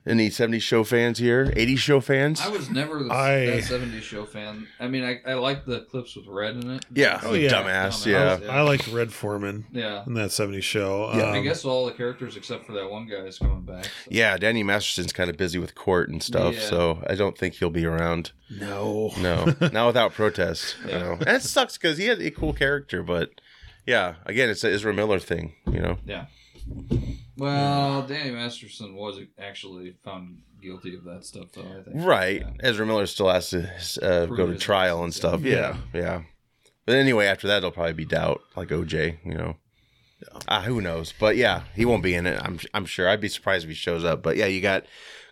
any 70s show fans here? 80s show fans?
I was never the,
I-
that 70s show fan. I mean, I, I like the clips with Red in it.
yeah.
Oh, yeah.
Dumbass.
Dumbass.
Yeah.
Yeah.
I liked Red Foreman
Yeah.
in that '70s show. Um,
Yeah.
I guess all the characters except for that one guy is coming back. so-
Um, Yeah, Danny Masterson's kind of busy with court and stuff,
Yeah.
so I don't think he'll be around.
no.
No, not without protest. You
Yeah.
know, and it sucks because he had a cool character, but yeah, again, it's the Israel Miller thing. You know,
Yeah. Well, Danny Masterson was actually found guilty of that stuff, though, I think.
right?
Yeah.
Ezra Miller still has to uh,
Prove
go to
his
trial and
innocence,
stuff. Yeah.
yeah.
yeah, But anyway, after that, it'll probably be doubt, like OJ. You know, Ah, who knows? But yeah, he won't be in it. I'm I'm sure. I'd be surprised if he shows up. But yeah, you got.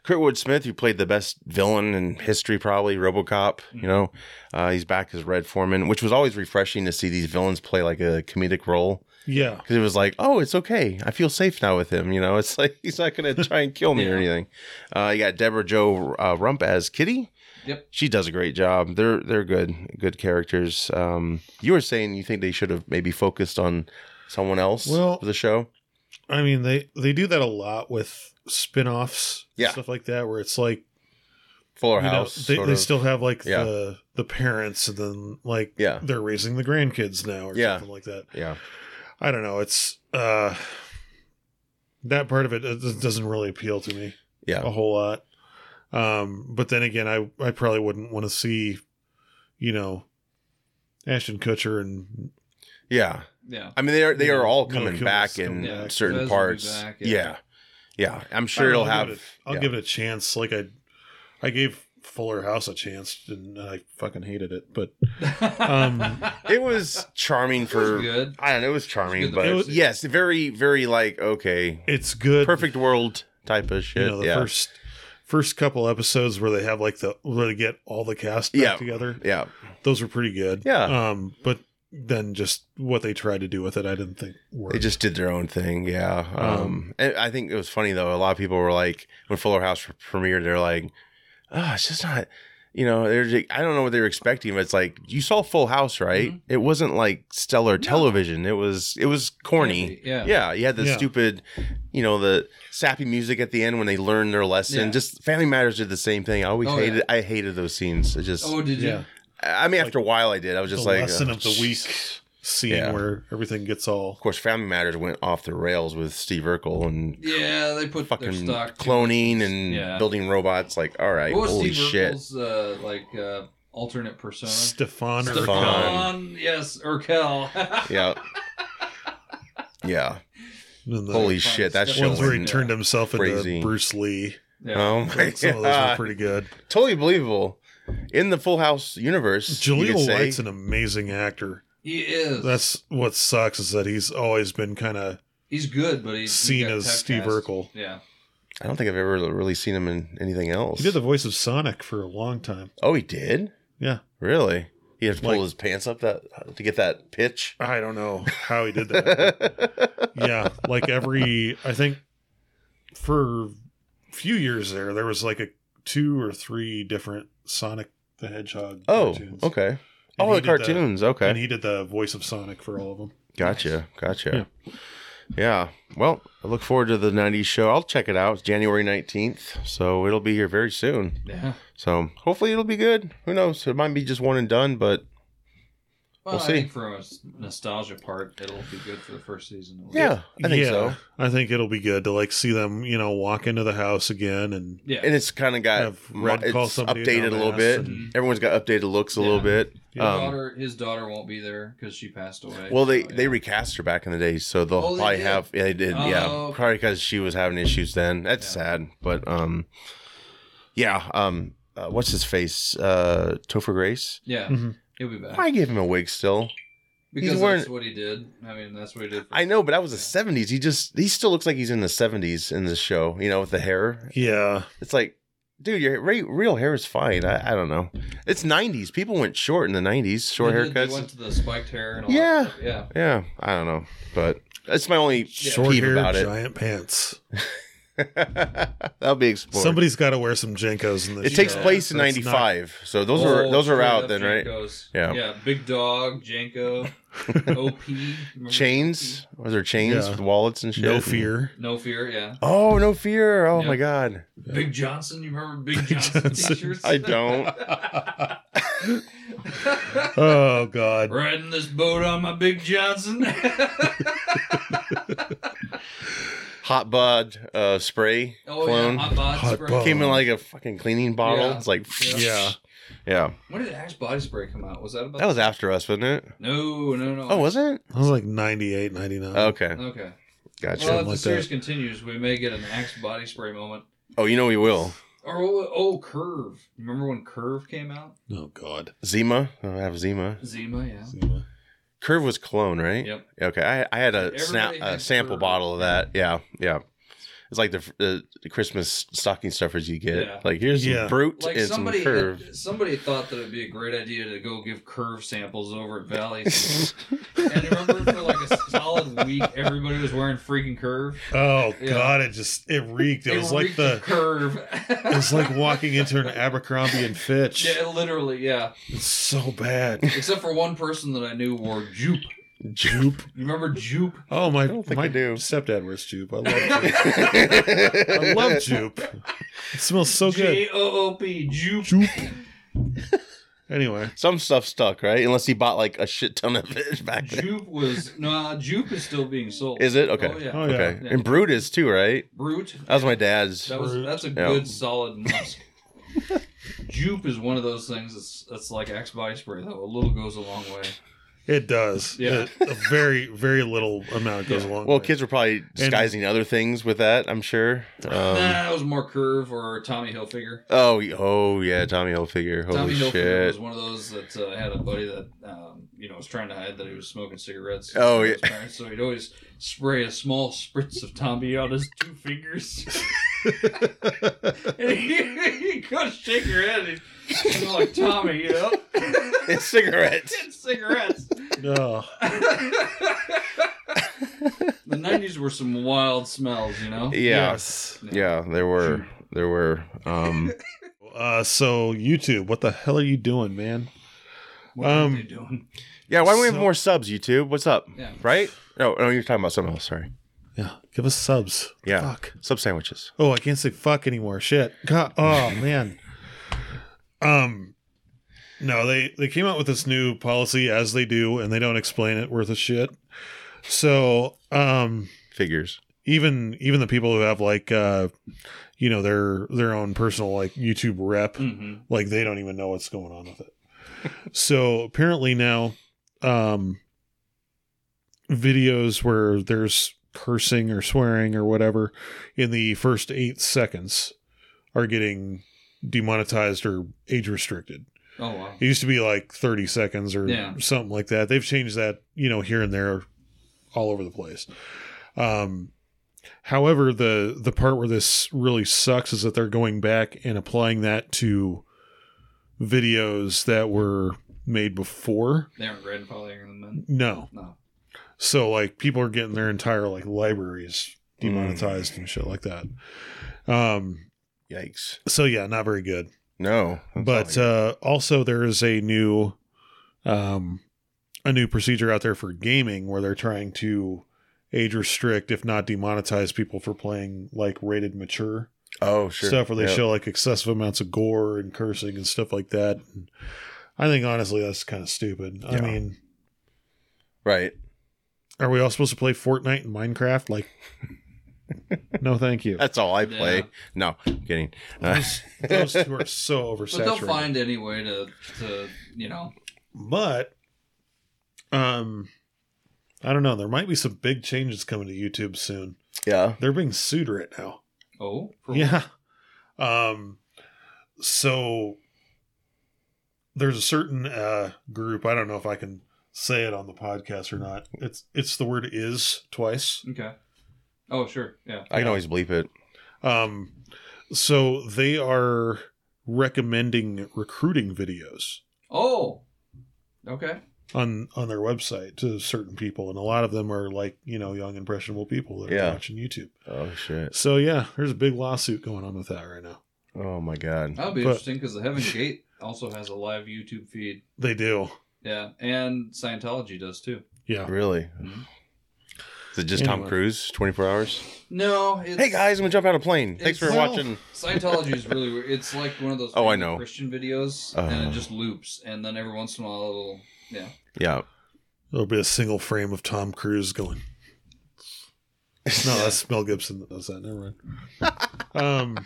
Kurtwood Smith, who played the best villain in history, probably RoboCop. You know,
Mm-hmm.
uh, he's back as Red Foreman, which was always refreshing to see these villains play like a comedic role.
Yeah.
because it was like, oh, it's okay. I feel safe now with him. You know, it's like he's not going to try and kill me
Yeah.
or anything. Uh, you got Deborah Joe uh, Rump as Kitty.
Yep.
she does a great job. They're they're good, good characters. Um, you were saying you think they should have maybe focused on someone else
Well-
for the show.
I mean, they they do that a lot with spin-offs, and
Yeah.
stuff like that, where it's like
Fuller
you know,
House.
they,
sort
they
of.
still have like
Yeah.
the the parents, and then like
Yeah.
they're raising the grandkids now, or
Yeah.
something like that.
yeah,
I don't know. It's uh that part of it uh, d- doesn't really appeal to me
yeah,
a whole lot. Um, but then again, I I probably wouldn't want to see, you know, Ashton Kutcher and
yeah.
Yeah.
I mean, they are they are all
Mila
coming
Kunis
back in
coming
back.
certain
Fez will be
parts.
back,
yeah.
yeah.
yeah, I'm
I
sure
don't know, I'll
it'll have.
give it a- I'll
yeah.
give it a chance. Like I, I gave Fuller House a chance, and I fucking hated it. But Um,
It was charming
It was
for
good.
I don't know. It was charming,
It's good
but
to
watch.
yes, very, very like okay,
it's good.
perfect world type of shit.
You know, the
yeah,
first first couple episodes where they have like the where they get all the cast back
Yeah.
together.
yeah,
Those were pretty good.
Yeah.
Um, but then just what they tried to do with it, I didn't think worked.
they just did their own thing. Yeah, um,
Um,
and I think it was funny though. A lot of people were like, when Fuller House premiered, they're like, oh, it's just not. You know, they're just, I don't know what they were expecting, but it's like you saw Full House, right?
Mm-hmm.
It wasn't like stellar television. It was it was corny.
Yeah.
Yeah, you had the
Yeah.
stupid, you know, the sappy music at the end when they learn their lesson.
Yeah.
Just Family Matters did the same thing. I always
Oh,
hated.
yeah.
I hated those scenes. It just.
Oh, did you?
Yeah.
I mean, after a while, I did. I was just
the
like
lesson
oh,
of the week
jeez.
scene
Yeah.
where everything gets all
Of course, Family Matters went off the rails with Steve Urkel and
Yeah, they put their
fucking
stock.
cloning and
Yeah.
building robots. Like, all right,
What was
holy
Steve
shit.
Urkel's, uh, like, uh, alternate persona?
Stefan or
Stefan.
Stefan, yes, Urkel.
Yeah. Yeah.
And the
Holy shit, that shit
ones where he
Yeah.
went.
turned himself
crazy.
into Bruce Lee.
Yeah.
Oh my
Like, some of those were
god,
pretty good.
totally believable. In the Full House universe, you
Jaleel
could say.
White's an amazing actor.
He is.
That's what sucks is that he's always been kind of
he's good, but he's
seen as Steve Urkel.
Yeah.
I don't think I've ever really seen him in anything else.
He did the voice of Sonic for a long time.
oh, he did.
Yeah.
Really? He had to pull
Like-
his pants up that to get that pitch. Oh,
I don't know how he did that. yeah, like every I think for a few years there, there was like a two or three different Sonic the Hedgehog.
oh,
cartoons.
okay.
And
oh,
he
the
did
cartoons.
And
okay.
he did the voice of Sonic for all of them.
Gotcha. Gotcha. Yeah. Well, I look forward to the 90s show. I'll check it out. It's January 19th. So it'll be here very soon.
Yeah.
So hopefully it'll be good. Who knows? It might be just one and done, but
Well,
We'll
I
see.
think for a s- nostalgia part, it'll be good for the first season.
yeah, I think so.
I think it'll be good to like see them, you know, walk into the house again and
Yeah.
And it's kind of got
Have
mo-
Red call
it's
somebody a
updated a little
dumbass
bit.
and-
Everyone's got updated looks a little
Yeah.
bit.
Yeah.
His
Um,
daughter, his daughter won't be there because she passed away.
Well, they
So, Oh, yeah.
they recast her back in the day, so they'll
Oh, they
probably
did?
have. Yeah, they did.
Oh,
yeah,
okay.
probably because she was having issues then. That's
Yeah.
sad, but um, yeah. Um, uh, what's his face? Uh, Topher Grace.
yeah,
Mhm.
he'll be back
I gave him a wig still.
because
wearing-
that's what he did. I mean, that's what he did. For,
I know, but that was the '70s. He just he still looks like he's in the '70s in this show. You know, with the hair.
yeah,
It's like, dude, your re- real hair is fine. I, I don't know. It's '90s. People went short in the '90s. Short
They did- Mm-hmm. they
haircuts.
went to the spiked hair and all
Yeah.
that stuff. yeah.
yeah, I don't know, but that's my only
short
peeve
hair,
about it.
giant pants.
That'll be explored.
Somebody's got to wear some Jenkos in this.
It takes
Yeah,
place in
that's
'95, so those
Oh,
are those are
straight
out
up
then, right?
Jankos.
Yeah.
yeah. Big dog, Janko, OP, remember
Chains, was there chains
Yeah.
with wallets and shit?
No fear.
OP? No fear, yeah.
Oh, no fear! Oh
Yeah.
my god,
Big Johnson, you remember Big Johnson,
Johnson.
t-shirts?
I don't.
Oh God.
Riding this boat on my Big Johnson.
Hot bud uh, spray
oh
clone
yeah, hot body
Hot
spray.
bod.
came in like a fucking cleaning bottle.
Yeah.
It's like
Yeah.
Yeah.
yeah,
When did Axe body spray come out? Was that about?
that was after us, wasn't it?
no, no, no.
Oh, was it?
I was like 98, 99.
Okay,
Okay.
gotcha.
Well,
Something
if the
like
series
that.
continues, we may get an Axe body spray moment.
Oh, you know we will.
Or oh, oh, Curve. Remember when Curve came out?
Oh God.
Zima, Oh, I have Zima.
Zima, yeah.
Curve was clone, right?
Yep.
Okay, I, I had a
Everybody
snap a
had
sample
Curve.
bottle of that. Yeah, yeah. It's like the, the, the Christmas stocking stuffers you get.
Yeah.
Like here's
Yeah.
some brute
Like
and
somebody,
some curve.
had- somebody thought that it'd be a great idea to go give Curve samples over at Valley. and remember, for like a solid week, everybody was wearing freaking Curve.
Oh
Yeah.
God. It just it reeked. It,
They
was
were
like the.
reaching Curve.
It was like walking into an Abercrombie and Fitch.
Yeah, literally, yeah.
It's so bad.
Except for one person that I knew wore Jupe.
Jupe.
You remember Jupe?
Oh my!
don't think
my
I do.
stepdad wears Jupe. I love. Jupe. I love Jupe. It smells so good.
J O O P Jupe.
Jupe. Anyway,
some stuff stuck, right? Unless he bought like a shit ton of it back then.
Jupe was no nah, Jupe is still being sold.
Is it okay?
Oh yeah,
Oh, yeah.
Okay,
Yeah.
and Brutus too, right?
Brute.
That was my dad's.
That was that's a
Yeah.
good solid musk. Jupe is one of those things that's that's like Axe body spray though. A little goes a long way.
it does.
Yeah.
It- a very, very little amount goes along.
well,
with it.
kids were probably disguising other things with that. I'm sure.
nah,
Um,
that was more curve or Tommy Hilfiger.
oh, y- oh yeah, Tommy Hilfiger. Holy
Tommy Hilfiger
shit!
was one of those that uh, had a buddy that um, you know was trying to hide that he was smoking cigarettes.
Oh,
His parents, so he'd always spray a small spritz of Tommy on his two fingers. and he, he couldn't shake her head. He smelled like Tommy, you know.
it's cigarettes.
Ten cigarettes.
Ugh.
The nineties were some wild smells, you know.
yeah.
Yes.
Yeah, there were. There were. Um,
Uh, so YouTube, what the hell are you doing, man?
What
Um,
are they doing?
yeah, why don't we have
So-
more subs, YouTube? What's up?
Yeah.
Right? No, no, you're talking about something else. Sorry.
Yeah, give us subs.
Yeah.
Fuck.
Sub sandwiches.
Oh, I can't say fuck anymore. Shit. God. Oh man. Um. No, they they came out with this new policy as they do, and they don't explain it worth a shit. So, um,
Figures.
even even the people who have like, uh, you know, their their own personal like YouTube rep,
hmm
like they don't even know what's going on with it so apparently now um videos where there's cursing or swearing or whatever in the first eight seconds are getting demonetized or age restricted.
Oh wow.
It used to be like 30 seconds or
Yeah.
something like that. They've changed that, you know, here and there all over the place. Um however, the the part where this really sucks is that they're going back and applying that to videos that were made before.
They aren't grandfathering them in.
No.
No.
So like people are getting their entire like libraries demonetized and shit like that. Um
Yikes.
so yeah, not very good.
No. That's
but
not
uh, also there is a new um, a new procedure out there for gaming where they're trying to age restrict if not demonetize people for playing like rated mature
good. oh, sure.
stuff where they
Yeah.
show like excessive amounts of gore and cursing and stuff like that and i think honestly that's kind of stupid i
Yeah.
mean
Right.
are we all supposed to play fortnite and minecraft like no thank you
That's all I play.
Yeah.
No, I'm kidding. Uh,
those, those two are so oversaturated
But they'll find any way to to you know.
but um i don't know there might be some big changes coming to youtube soon
yeah.
they're being sued right now
Oh. for-
yeah um so there's a certain uh group i don't know if i can say it on the podcast or not it's it's the word is twice
Okay. Oh sure. Yeah.
I can always bleep it.
um so they are recommending recruiting videos
Oh. Okay.
on on their website to certain people and a lot of them are like you know young impressionable people that are
Yeah.
watching youtube
Oh shit.
so yeah there's a big lawsuit going on with that right now
Oh my god.
That'll be
But-
interesting because the Heaven Gate also has a live YouTube feed.
they do
Yeah, and Scientology does too.
yeah
Really?
Mhm.
Is it just Tom
mm-hmm. Anyway.
Cruise? Twenty four hours.
No. It's,
Hey guys, I'm gonna jump out of a plane. Thanks
It's-
for
Well-
watching.
Scientology is really weird. It's like one of those
Oh, I know.
Christian videos, and
Uh.
it just loops, and then every once in a while it'll yeah.
Yeah.
there'll be a single frame of tom cruise going no that's mel gibson that does that never mind um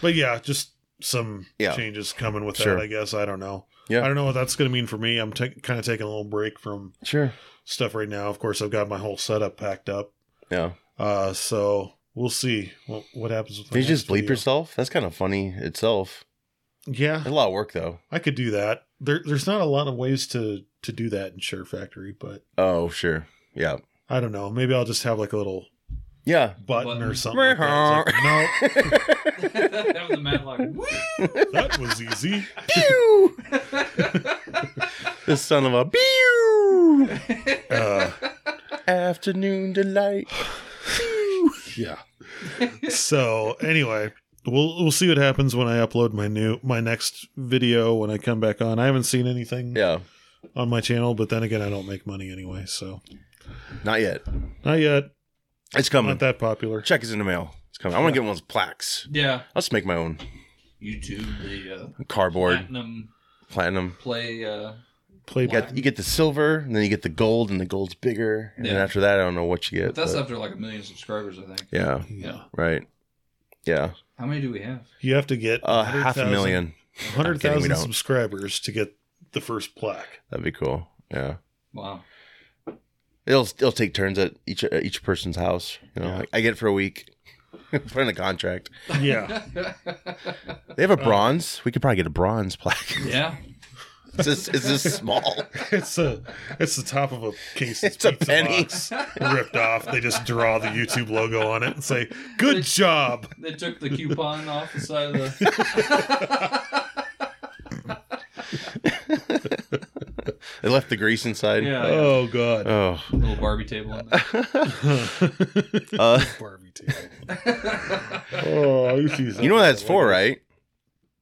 but yeah just some
Yeah.
changes coming with
Sure.
that i guess i don't know
Yeah.
i don't know what that's going to mean for me i'm ta kind of taking a little break from
Sure.
stuff right now of course i've got my whole setup packed up
Yeah.
Uh, so we'll see what, what happens. With my
Can you
next
just bleep
video.
yourself? That's kind of funny itself. It's
Yeah,
a lot of work though.
I could do that. There, there's not a lot of ways to to do that in Share Factory, but
Oh sure. Yeah.
I don't know. Maybe I'll just have like a little
Yeah.
button,
Button.
or something. like that. It's like,
that was the Matlock.
no, that was easy.
Pew! This son of a pew!
Uh,
Afternoon delight. Pew!
yeah. So anyway, we'll we'll see what happens when I upload my new my next video when I come back on. I haven't seen anything
Yeah.
on my channel, but then again, I don't make money anyway, so
Not yet.
not yet.
It's coming.
Not that popular.
Check is in the mail. It's coming. I want to get one of those plaques.
yeah,
I'll just make my own
YouTube the uh,
cardboard
platinum
platinum.
play. Uh,
Play
You got you get the silver, and then you get the gold, and the gold's bigger. And then
Yeah.
after that, I don't know what you get.
but that's
but-
after like a million subscribers, I think.
yeah,
Yeah.
right. Yeah,
How many do we have?
You have to get
uh, half a
100,000
million. I'm kidding, we
100,000
don't.
subscribers to get the first plaque.
That'd be cool. Yeah,
Wow.
it'll it'll take turns at each at each person's house. You know,
Yeah.
like, I get it for a week. Put in a contract.
Yeah.
They have a bronze. We could probably get a bronze plaque.
yeah.
it's just it's just small.
it's a it's the top of a case
It's a
pizza
penny.
box ripped off. They just draw the YouTube logo on it and say, "Good job."
They took the coupon off the side of the.
They left the grease inside.
yeah. yeah.
Oh god.
Oh.
Little Barbie table. In there.
Uh,
Barbie table. Oh,
you know what that's for, right?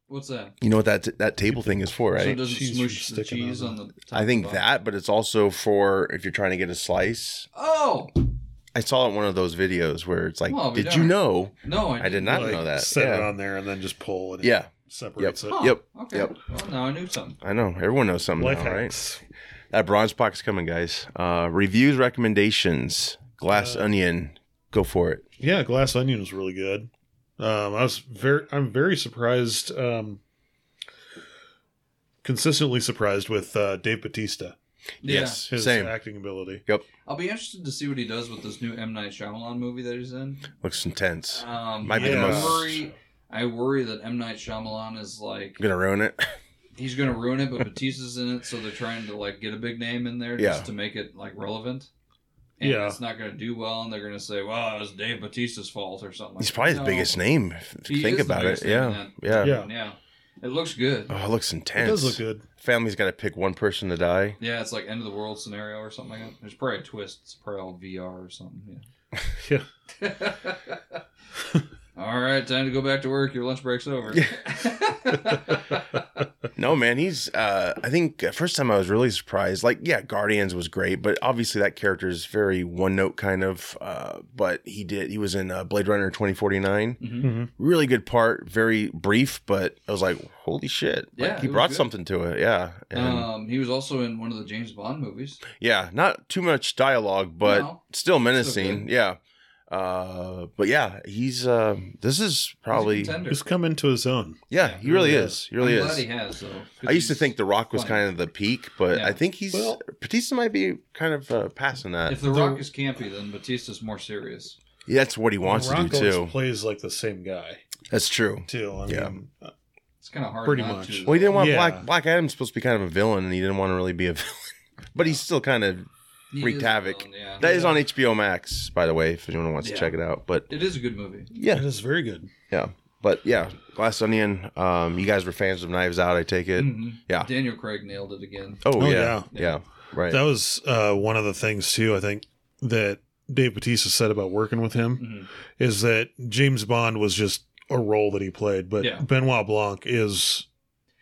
What's that?
You know what that that table thing is for,
So it
right?
doesn't
Cheese
smoosh
from
the
sticking
cheese
on
on the. Top
I think
of the box?
that, but it's also for if you're trying to get a slice.
Oh
I saw it in one of those videos where it's like,
Well, we
did
don't.
you know?
no, I,
I did
didn't.
not
Like,
know that.
Set it
Yeah.
on there and then just pull and it
yeah,
separates
Huh,
it.
Yep,
Okay.
yep.
Well, now I knew something.
I know. Everyone knows something
Life
now, right?
hacks.
That bronze box is coming, guys. Uh, reviews, recommendations, glass
Uh,
onion. Go for it.
Yeah, Glass Onion was really good. Um, I was very, I'm very surprised, um, consistently surprised with uh, Dave Batista.
Yeah.
Yes.
His
Same.
acting ability.
I'll be interested to see what he does with this new M Night Shyamalan movie that he's in.
Looks intense.
Um,
Might
I
be the most-
Worry, I worry that M Night Shyamalan is like
I'm gonna ruin it.
he's going to ruin it, but Batista's in it, so they're trying to like get a big name in there
Yeah.
just to make it like relevant. And
Yeah.
it's not going to do well, and they're going to say, "Well, it was Dave Batista's fault" or something. like
He's probably
No.
his biggest name. If you
He
think
is the
about it.
biggest name
Yeah.
in
yeah,
Yeah.
Yeah, it looks good.
Oh, it looks intense.
It does look good.
Family's got to pick one person to die.
Yeah, it's like end of the world scenario or something like that. There's probably a twist. It's probably all VR or something. Yeah. all right, time to go back to work. Your lunch break's over.
No, man, he's. Uh, I think uh, first time I was really surprised. Like, yeah, Guardians was great, but obviously that character is very one note kind of. Uh, but he did. He was in uh, Blade Runner twenty forty nine.
Mhm.
Really good part. Very brief, but I was like, holy shit! Like,
Yeah,
he
it was
brought
good.
something to it. Yeah, and
Um, he was also in one of the James Bond movies.
yeah, not too much dialogue, but
No.
still menacing.
good.
yeah. Uh, but yeah, he's uh, this is probably
He's a contender.
He's come into his own.
yeah, he really
Yeah.
is. He really
I'm
is.
glad he has. Though, 'cause
I used to
he's-
think The Rock was
fun.
kind of the peak, but
Yeah.
I think he's
Well-
Batista might be kind of uh, passing that.
if The Rock is campy, then Batista's more serious.
Yeah, that's what he wants
Rock
to do
always
too.
plays like the same guy
That's true.
too. I
Yeah.
mean, uh,
It's kind of hard.
Pretty
not
much.
To,
Well, he didn't want
Yeah.
Black Black Adam's supposed to be kind of a villain, and he didn't want to really be a villain. but he's still kind of
He
wreaked
is
havoc.
alone, yeah.
that is on HBO Max, by the way, if anyone wants
Yeah.
to check it out. But
It is a good movie.
it
yeah,
is very good.
yeah, but yeah, Glass Onion. Um, you guys were fans of Knives Out, I take it.
Mhm.
Yeah.
Daniel Craig nailed it again.
Oh,
Mm. Oh,
yeah.
yeah.
yeah, right.
That was uh, one of the things too. I think that Dave Bautista said about working with him
Mhm.
is that James Bond was just a role that he played, but
Yeah.
Benoit Blanc is,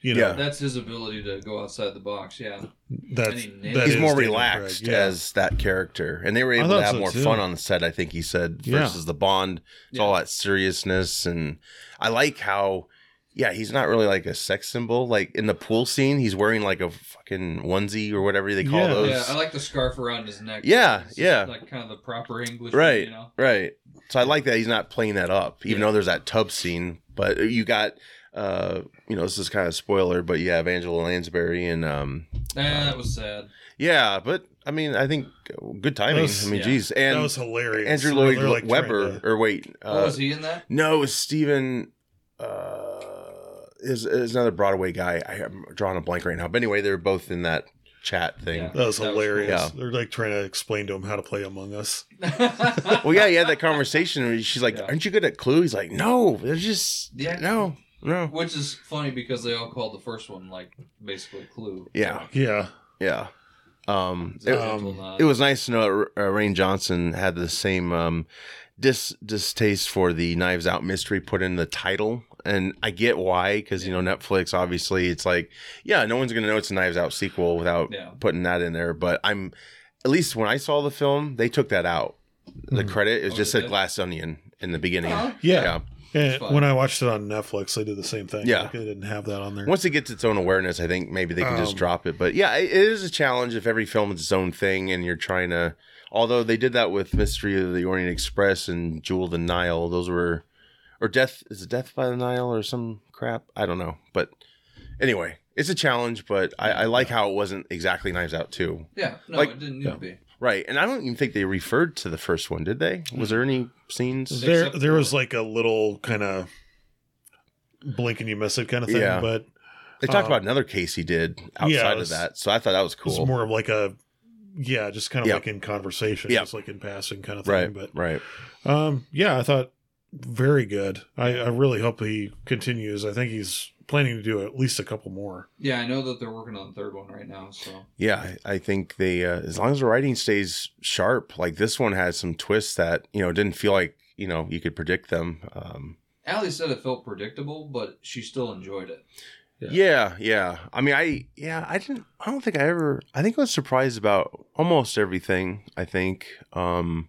you know,
Yeah.
That's his ability to go outside the box. Yeah.
that's
And he nailed
that
it.
he's
is
more
Daniel
relaxed
Craig, yeah.
as that character, and they were able to
thought
have
so,
more
too.
fun on the set. I think he said
Yeah.
versus the Bond. It's
Yeah.
all that seriousness, and I like how. Yeah, he's not really like a sex symbol. Like in the pool scene, he's wearing like a fucking onesie or whatever they call
Yeah.
those.
Yeah, I like the scarf around his neck.
Yeah,
It's just
yeah.
Like kind of the proper English,
Right.
You know,
Right. So I like that he's not playing that up, even
Yeah.
though there's that tub scene. But you got, uh, you know, this is kind of a spoiler, but you have Angela Lansbury and, um,
nah, that was sad.
yeah, but I mean, I think good timing.
was-
I mean,
yeah.
geez,
That
and
was hilarious.
Andrew
They're-
Lloyd
they're, like,
Webber,
trying to-
or wait,
Oh,
uh,
was he in that?
no, it was Stephen. Uh, is is another Broadway guy? I, am drawing a blank right now. But anyway, they're both in that chat thing.
Yeah.
That was
That was
hilarious.
cool. Yeah.
They're like trying to explain to him how to play Among Us.
Well, yeah, you had that conversation. Where she's like,
Yeah.
"Aren't you good at Clue?" He's like, "No, they're just
Yeah.
no, no."
Which is funny because they all called the first one like basically Clue.
Yeah,
Yeah.
yeah. Um,
It's
it,
a gentle
Um,
nod.
it was nice to know uh, Rain Johnson had the same um, dis distaste for the Knives Out mystery put in the title, and I get why because you know Netflix obviously it's like, yeah, no one's gonna know it's a Knives Out sequel without
Yeah.
putting that in there. But I'm at least when I saw the film, they took that out. The
Mhm.
credit it
Oh,
just
did
said
they?
Glass Onion in the beginning.
Oh,
Yeah.
Yeah.
And
Fun.
when I watched it on Netflix, they did the same thing.
Yeah.
Like, they didn't have that on there.
Once it gets its own awareness, I think maybe they can just
Um,
drop it. But yeah, it it is a challenge if every film is its own thing and you're trying to. Although they did that with Mystery of the Orient Express and Jewel of the Nile, those were, or Death is it Death by the Nile or some crap? I don't know. But anyway, it's a challenge. But I, I like how it wasn't exactly Knives Out too.
yeah. No,
like-
it didn't need
yeah.
to be.
Right, and I don't even think they referred to the first one, did they? Was there any scenes?
there
Except
there
for-
was like a little kind of blink and you miss it kind of thing,
Yeah.
but
They talked
Uh,
about another case he did outside
yeah, it
of
was-
that, so I thought that was
it's
cool.
more of like a yeah, just kind of
Yeah.
like in conversation,
Yeah.
just like in passing kind of thing.
right,
But
right.
um, yeah, I thought very good. I, I really hope he continues. I think he's planning to do at least a couple more.
Yeah, I know that they're working on the third one right now. So
Yeah, I I think they uh, as long as the writing stays sharp, like this one has some twists that you know didn't feel like you know you could predict them. Um,
Allie said it felt predictable, but she still enjoyed it.
Yeah.
yeah. yeah, I mean, I yeah, I didn't. I don't think I ever. I think I was surprised about almost everything. I think um,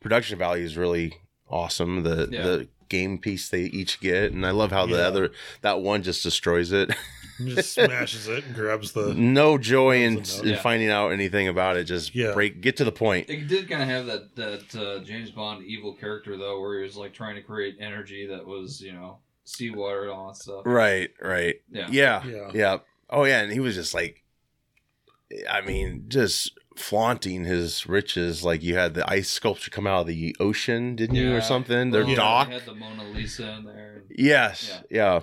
production value is really awesome. The
Yeah.
the game piece they each get, and I love how the
Yeah.
other that one just destroys it.
He just smashes it and grabs the
no joy in,
Doesn't
know.
in finding out anything about it. Just
Yeah.
break, get to the point.
It did kind of have that that uh, James Bond evil character though, where he was like trying to create energy that was you know seawater and all that stuff.
Right, right.
Yeah.
Yeah.
Yeah.
Yeah. Oh yeah, and he was just like I mean, just flaunting his riches. Like you had the ice sculpture come out of the ocean, didn't you, or something? Their
Well, Oh, they
dock.
had the Mona Lisa in there.
Yes. Yeah.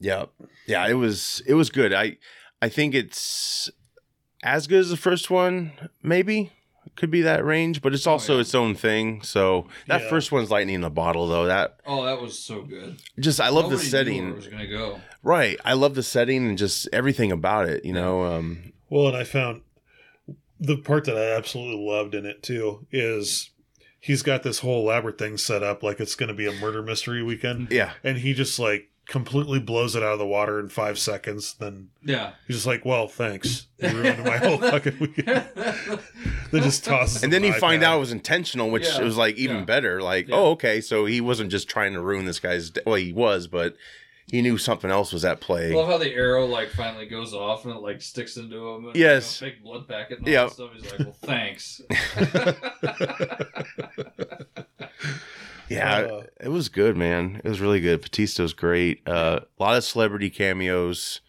yeah. Yeah. It was it was good. I I think it's as good as the first one, maybe. Could be that range, but it's also
Oh, yeah.
its own thing. So that
Yeah.
first one's lightning in a bottle though. That
Oh, that was so good.
just I love
Nobody
the
knew
setting.
Where it was gonna go.
Right. I love the setting and just everything about it, you know. Um
Well, and I found the part that I absolutely loved in it too is he's got this whole elaborate thing set up like it's going to be a murder mystery weekend,
yeah.
and he just like completely blows it out of the water in five seconds. Then
Yeah.
he's just like, "Well, thanks, you ruined my whole fucking weekend." Then just tosses,
And then you
him an
find
iPad.
out it was intentional, which
Yeah.
was like even
Yeah.
better. Like,
Yeah.
oh, okay, so he wasn't just trying to ruin this guy's. Day. Well, he was, but he knew something else was at play.
I love how the arrow like finally goes off and it like sticks into him. And,
Yes.
You know, big blood packet. And all
Yeah.
that stuff. He's like, well, thanks.
Yeah,
Uh,
it was good, man. It was really good. Batista's great. Uh, a lot of celebrity cameos.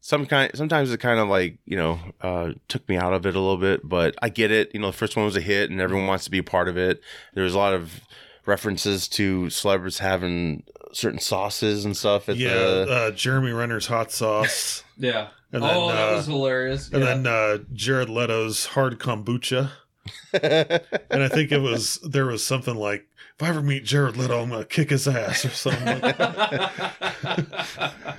Some kind, sometimes it kind of like you know uh, took me out of it a little bit, but I get it. You know, the first one was a hit, and everyone wants to be a part of it. There was a lot of references to celebrities having certain sauces and stuff. At
yeah,
the,
uh, Jeremy Renner's hot sauce,
yeah.
And
oh,
then,
that
uh,
was hilarious.
and
yeah.
then uh, Jared Leto's hard kombucha. And I think it was there was something like, "If I ever meet Jared Leto, I'm gonna kick his ass" or something. like that.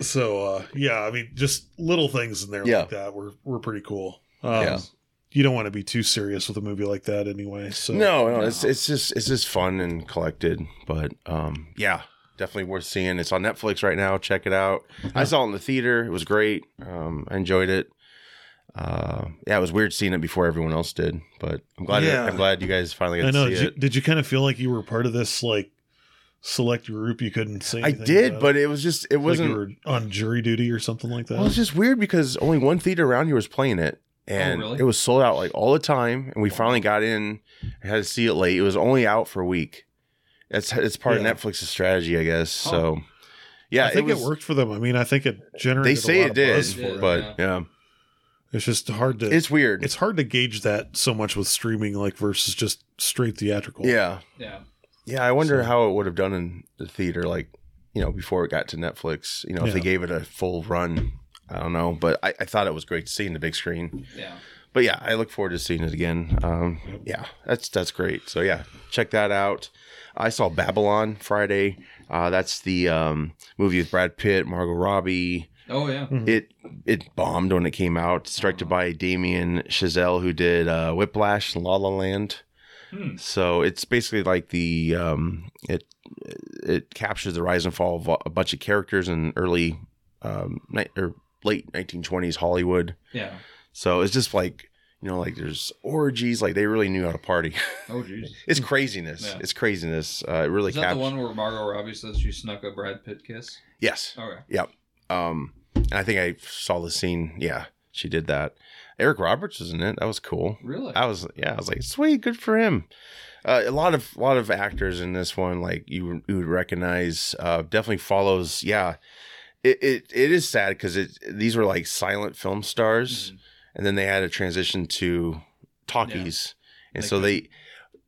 So uh, yeah, I mean, just little things in there
Yeah.
like that were were pretty cool. Um,
Yeah.
You don't want to be too serious with a movie like that, anyway. So
no, no, it's it's just it's just fun and collected, but um, yeah, definitely worth seeing. It's on Netflix right now. Check it out. I saw it in the theater. It was great. Um, I enjoyed it. Uh, yeah, it was weird seeing it before everyone else did, but I'm glad.
Yeah.
I'm glad you guys finally got
I know.
to
Did
see
you,
it.
did you kind of feel like you were part of this like select group? You couldn't say.
I
anything
did,
about?
but it was just it
like
wasn't.
you were on jury duty or something like that.
Well, it's just weird because only one theater around you was playing it,
Oh,
and
really?
it was sold out like all the time. And we finally got in. I had to see it late. It was only out for a week. That's it's part
Yeah.
of Netflix's strategy, I guess.
Huh.
So, yeah,
I think it,
was-
worked for them. I mean, I think it
They
generated.
say
a lot
it
of
did,
buzz for
Yeah.
it.
but
Yeah.
yeah.
It's just hard to. It's
it's weird.
it's hard to gauge that so much with streaming, like versus just straight theatrical.
yeah,
yeah.
yeah. I wonder
So-
how it would have done in the theater, like you know, before it got to Netflix. You know, if they
Yeah.
gave it a full run, I don't know. But I, I thought it was great to see in the big screen.
Yeah.
But yeah, I look forward to seeing it again. Um, yeah, that's that's great. So yeah, check that out. I saw Babylon Friday. Uh, that's the um, movie with Brad Pitt, Margot Robbie.
Oh, yeah.
It it bombed when it came out. It's directed by Damien Chazelle, who did uh, Whiplash and La La Land.
Hmm.
So it's basically like the um, it it captures the rise and fall of a bunch of characters in early um, ni- or late 1920s Hollywood.
Yeah.
So it's just like you know, like there's orgies. Like they really knew how to party.
Oh, jeez.
it's craziness.
Yeah.
It's craziness. Uh, it really
Is that
captures.
the one where Margot Robbie says she snuck a Brad Pitt kiss?
yes.
Okay.
Um, and I think I saw the scene. Yeah, she did that. Eric Roberts was in it. That was cool.
Really? Hmm,
I was yeah. I was like, sweet, good for him. Uh, a lot of a lot of actors in this one, like you, you would recognize. Uh, definitely follows. Yeah, it it, it is sad because it these were like silent film stars,
Mhm.
and then they had a transition to talkies, and
They
so
could-
they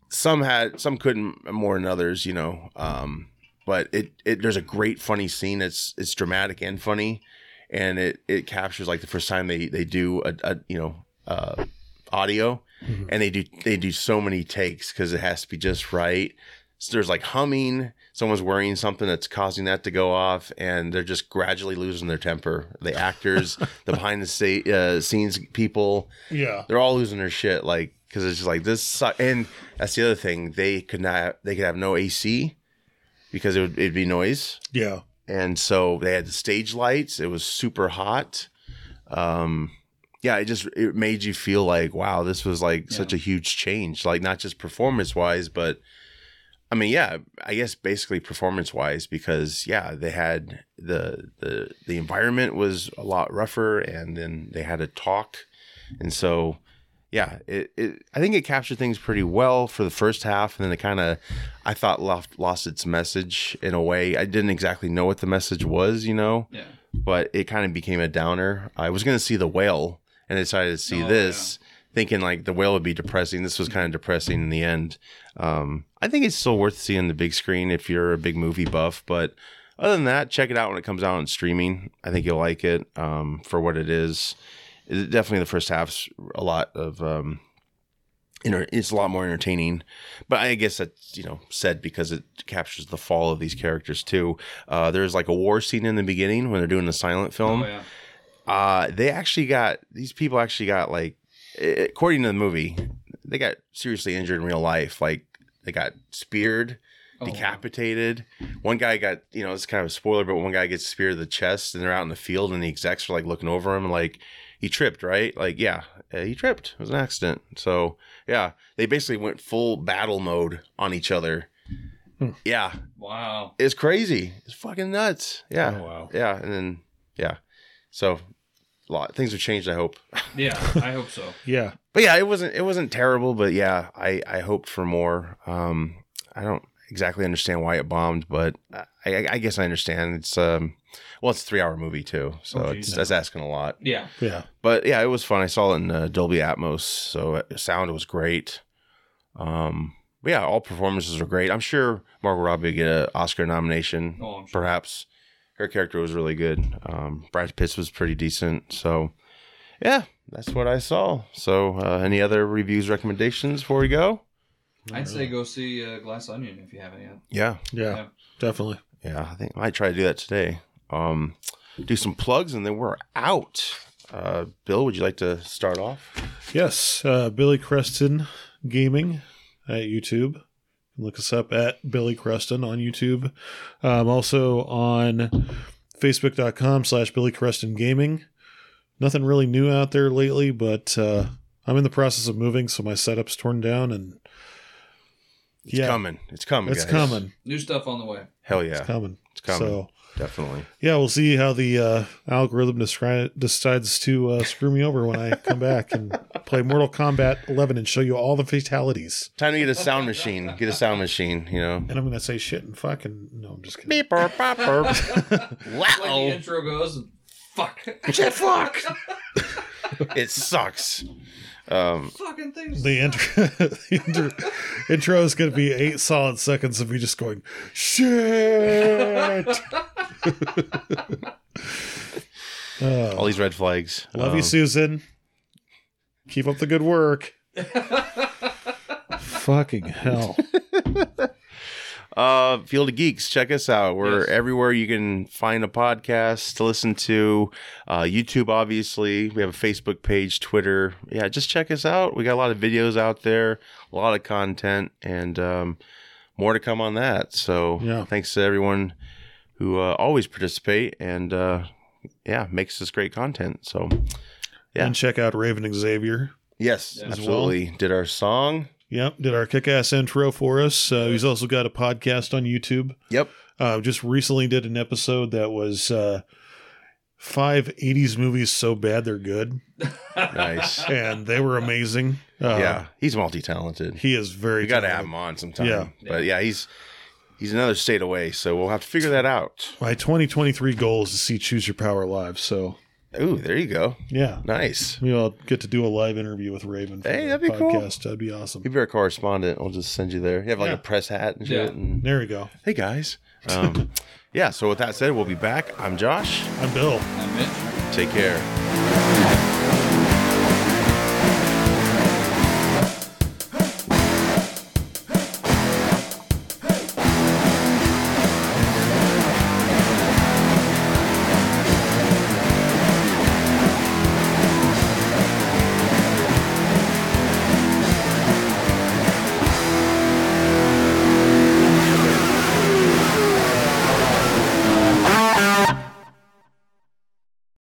some had some couldn't more than others, you know. Um, but it, it there's a great funny scene. It's it's dramatic and funny, and it it captures like the first time they they do a, a you know uh audio,
Mhm.
and they do they do so many takes because it has to be just right. So there's like humming, someone's wearing something that's causing that to go off, and they're just gradually losing their temper. The actors, the behind the sa- uh, scenes people,
yeah.
they're all losing their shit like because it's just like this suck. and that's the other thing they could not they could have no ac because it would it'd be noise
Yeah.
and so they had the stage lights it was super hot um yeah it just it made you feel like wow this was like
Yeah.
such a huge change like not just performance wise but i mean yeah i guess basically performance wise because yeah they had the the the environment was a lot rougher and then they had to talk and so yeah it, it i think it captured things pretty well for the first half and then it kind of i thought lost, lost its message in a way i didn't exactly know what the message was you know
Yeah.
but it kind of became a downer i was going to see the whale and I decided to see
Oh,
this, thinking like the whale would be depressing. This was kind of depressing in the end. Um, I think it's still worth seeing the big screen if you're a big movie buff, but other than that, check it out when it comes out on streaming. I think you'll like it um, for what it is. It- definitely, the first half's a lot of. Um, enter- it's a lot more entertaining, but I guess that's you know said because it captures the fall of these characters too. Uh, there's like a war scene in the beginning when they're doing the silent film,
oh yeah.
uh, they actually got these people actually got like, eh, according to the movie, they got seriously injured in real life. Like they got speared,
Oh,
decapitated. One guy got you know it's kind of a spoiler, but one guy gets speared in the chest, and they're out in the field, and the execs are like looking over him, and, like he tripped, right? Like yeah, eh, he tripped. It was an accident. So yeah, they basically went full battle mode on each other.
Hmm.
Yeah,
wow.
it's crazy. It's fucking nuts. Yeah
Oh, wow.
yeah and then yeah so a lot things have changed i hope
Yeah, I hope so.
Yeah.
but yeah it wasn't it wasn't terrible but yeah i i hoped for more um i don't exactly understand why it bombed but i i, I guess i understand it's um well it's a three hour movie too so
Oh,
it's,
geez.
that's asking a lot
Yeah.
Yeah.
but yeah it was fun i saw it in uh, dolby atmos so uh, sound was great um but yeah all performances were great i'm sure margot robbie get an oscar nomination
Oh, I'm sure.
perhaps her character was really good. Um, Brad Pitts was pretty decent. So, yeah, that's what I saw. So, uh, any other reviews, recommendations before we go?
I'd say go see uh, Glass Onion if you haven't yet.
Yeah,
Yeah.
Yeah.
Definitely.
yeah, I think I might try to do that today. Um, do some plugs and then we're out. Uh, Bill, would you like to start off?
Yes. Uh, Billy Creston Gaming at YouTube. Look us up at Billy Creston on YouTube. Um, also on Facebook.com slash Billy Creston Gaming. Nothing really new out there lately, but uh, I'm in the process of moving, so my setup's torn down and
It's
Yeah.
coming. It's coming.
it's
guys.
coming.
New stuff on the way.
Hell
It's
Oh yeah,
coming.
it's coming.
So
Definitely.
yeah, we'll see how the uh, algorithm descri- decides to uh, screw me over when I come back and play Mortal Kombat 11 and show you all the fatalities.
Time to get a sound machine. Get a sound machine. You know.
And I'm gonna say shit and fucking no, I'm just kidding.
Beep or pop or.
Like the
Wow.
intro goes, fuck.
Shit, fuck. it sucks. Um,
Fucking things.
The, intro, the intro, intro is gonna be eight solid seconds of me just going shit.
all
Uh,
these red flags.
love
Um,
you, Susan. Keep up the good work. Fucking hell.
Uh, Field of Geeks, check us out. We're
Yes.
everywhere you can find a podcast to listen to. Uh, YouTube, obviously. We have a Facebook page, Twitter. Yeah, just check us out. We got a lot of videos out there, a lot of content, and um, more to come on that. So
Yeah.
thanks to everyone who uh, always participate and uh, yeah, makes this great content. So Yeah.
And check out Raven Xavier.
yes,
As well.
absolutely. Did our song.
Yep, did our kick-ass intro for us. Uh, he's also got a podcast on YouTube.
Yep.
Uh, just recently did an episode that was uh, five '80s movies so bad they're good,
Nice.
and they were amazing. Uh,
yeah, he's multi talented.
he is very.
We got to have
talented.
him on sometime.
Yeah.
But yeah, he's he's another state away, so we'll have to figure that out.
My 2023 goal is to see Choose Your Power live. So
Ooh, there you go.
yeah,
Nice.
maybe I'll get to do a live interview with Raven. For
Hey,
the
that'd be cool.
podcast. That'd be awesome.
You'd be our correspondent. I'll just send you there. You have like
Yeah.
a press hat and shit.
Yeah.
And,
There we go.
hey guys. Um, yeah. So with that said, we'll be back. I'm Josh.
I'm Bill.
I'm Mitch.
Take care.
Thank